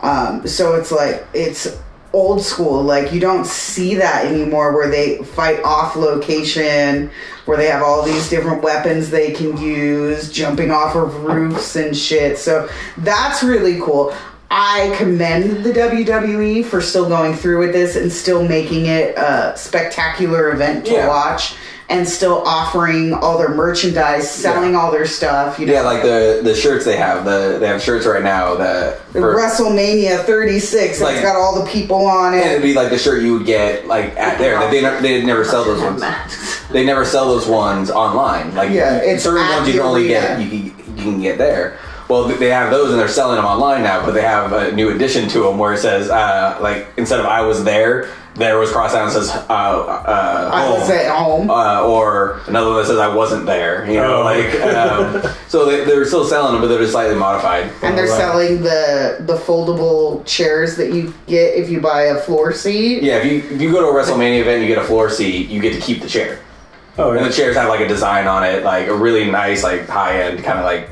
[SPEAKER 4] Um, so it's like it's old school. Like you don't see that anymore, where they fight off location, where they have all these different weapons they can use, jumping off of roofs and shit. So that's really cool. I commend the WWE for still going through with this and still making it a spectacular event to
[SPEAKER 1] Yeah.
[SPEAKER 4] watch and still offering all their merchandise, selling all their stuff. You know,
[SPEAKER 1] Yeah, like the the shirts they have. The they have shirts right now that for,
[SPEAKER 4] WrestleMania 36.
[SPEAKER 1] Like-
[SPEAKER 4] it's got all the people on it.
[SPEAKER 1] and it'd be like the shirt you would get like at there. That they ne- they never sell those
[SPEAKER 6] *laughs*
[SPEAKER 1] ones. They never sell those ones online. Like
[SPEAKER 4] Yeah, it's
[SPEAKER 1] certain
[SPEAKER 4] at
[SPEAKER 1] ones you can
[SPEAKER 4] the
[SPEAKER 1] only get
[SPEAKER 4] arena.
[SPEAKER 1] you can, you can get there. Well, th- they have those and they're selling them online now. But they have a new addition to them where it says uh, like instead of I was there, there was cross out and says uh, uh,
[SPEAKER 4] I was
[SPEAKER 1] home.
[SPEAKER 4] at home.
[SPEAKER 1] uh, or another one that says I wasn't there. You know,
[SPEAKER 3] Oh.
[SPEAKER 1] like *laughs* um, so they, they're still selling them, but they're just slightly modified.
[SPEAKER 4] and they're
[SPEAKER 3] Alright.
[SPEAKER 4] selling the the foldable chairs that you get if you buy a floor seat.
[SPEAKER 1] Yeah, if you if you go to a WrestleMania event, and you get a floor seat, you get to keep the chair,
[SPEAKER 3] Oh,
[SPEAKER 1] and the
[SPEAKER 3] yeah.
[SPEAKER 1] chairs have like a design on it, like a really nice, like high end kind of like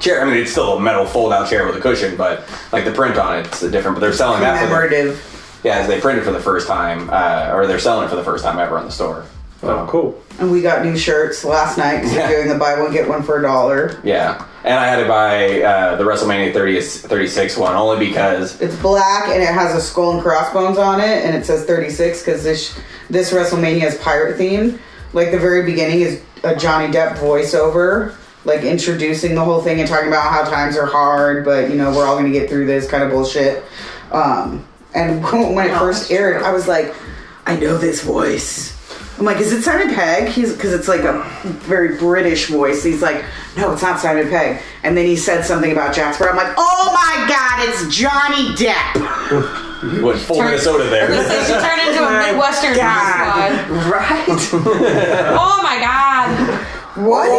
[SPEAKER 1] chair. I mean, it's still a metal fold out chair with a cushion, but like the print on it's different. But they're selling that for the,
[SPEAKER 4] Commemorative.
[SPEAKER 1] yeah, they print it for the first time, uh, or they're selling it for the first time ever on the store.
[SPEAKER 3] Oh, cool.
[SPEAKER 4] And we got new shirts last night because
[SPEAKER 1] Yeah.
[SPEAKER 4] we're doing the buy one get one for a dollar.
[SPEAKER 1] Yeah, and I had to buy uh, the WrestleMania 30, 36 one only because
[SPEAKER 4] It's black and it has a skull and crossbones on it, and it says 36 because this this WrestleMania is pirate themed. Like the very beginning is a Johnny Depp voiceover, like introducing the whole thing and talking about how times are hard, but you know we're all gonna get through this kind of bullshit. *laughs* Um, and when it first aired, I was like, I know this voice. I'm like, is it Simon Pegg? He's because it's like a very British voice. He's like, no, it's not Simon Pegg. And then he said something about Jasper. I'm like, oh my god, it's Johnny Depp.
[SPEAKER 1] What full Minnesota there?
[SPEAKER 2] This should turn into a Midwestern
[SPEAKER 4] God.
[SPEAKER 2] squad.
[SPEAKER 4] Right?
[SPEAKER 2] Oh my god.
[SPEAKER 4] What is
[SPEAKER 1] *laughs*
[SPEAKER 4] it?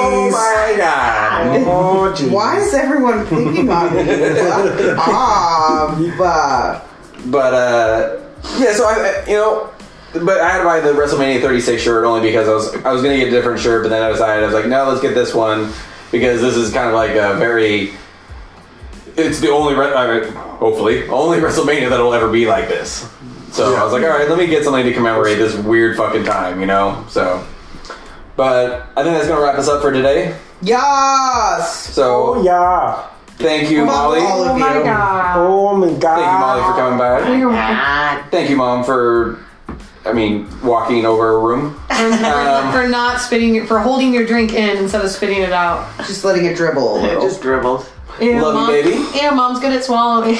[SPEAKER 1] Oh my *laughs* god!
[SPEAKER 3] Oh, geez.
[SPEAKER 4] Why is everyone picking on me? Fuck off. Uh,
[SPEAKER 1] But uh, yeah, so I, I- you know, but I had to buy the WrestleMania 36 shirt only because I was I was gonna get a different shirt, but then I decided I was like, no, let's get this one because this is kind of like a very. It's the only, re- I mean, hopefully, only *laughs* WrestleMania that'll ever be like this. So I was like, all right, let me get something to commemorate this weird fucking time, you know. So, but I think that's gonna wrap us up for today.
[SPEAKER 4] yes.
[SPEAKER 1] So
[SPEAKER 3] Oh, yeah.
[SPEAKER 1] thank you, Molly.
[SPEAKER 4] All
[SPEAKER 1] Thank
[SPEAKER 4] of
[SPEAKER 2] Oh my
[SPEAKER 4] you.
[SPEAKER 2] god.
[SPEAKER 3] Oh, my God.
[SPEAKER 1] you, Molly, for coming by.
[SPEAKER 2] You're welcome.
[SPEAKER 6] God.
[SPEAKER 1] Thank you, Mom, for, I mean, walking over a room.
[SPEAKER 2] For-
[SPEAKER 4] Um,
[SPEAKER 2] for, for not spitting your, for holding your drink in instead of spitting it out.
[SPEAKER 4] Just letting it dribble a
[SPEAKER 6] It
[SPEAKER 4] little.
[SPEAKER 6] just dribbled.
[SPEAKER 2] Ew,
[SPEAKER 1] Love you,
[SPEAKER 2] mom,
[SPEAKER 1] baby.
[SPEAKER 2] Ew, mom's good at swallowing. *laughs*
[SPEAKER 4] Ew.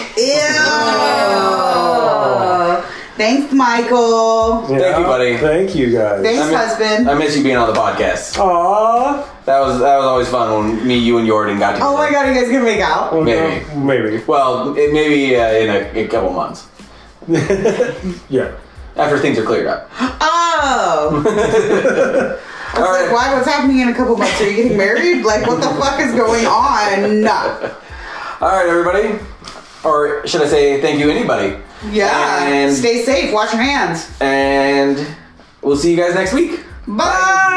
[SPEAKER 4] Thanks, Michael.
[SPEAKER 3] Yeah.
[SPEAKER 1] Thank you, buddy.
[SPEAKER 3] Thank you, guys.
[SPEAKER 4] Thanks,
[SPEAKER 1] I mean-
[SPEAKER 4] husband.
[SPEAKER 1] I miss you being on the podcast.
[SPEAKER 3] Aww.
[SPEAKER 1] That was that was always fun when me, you, and Jordan got together.
[SPEAKER 4] oh my god, you guys gonna make out?
[SPEAKER 1] Maybe.
[SPEAKER 3] Maybe.
[SPEAKER 1] Well, it, maybe uh, in a, a couple months
[SPEAKER 3] Yeah.
[SPEAKER 1] after things are cleared up.
[SPEAKER 4] Oh. I
[SPEAKER 1] *laughs* All
[SPEAKER 4] was like,
[SPEAKER 1] right.
[SPEAKER 4] why? What's happening in a couple months? Are you getting married? Like, what the fuck is going
[SPEAKER 1] *laughs*
[SPEAKER 4] on?
[SPEAKER 1] All right, everybody. Or should I say thank you, anybody?
[SPEAKER 4] Yeah.
[SPEAKER 1] And-
[SPEAKER 4] Stay safe. Wash your hands.
[SPEAKER 1] And we'll see you guys next week.
[SPEAKER 4] Bye.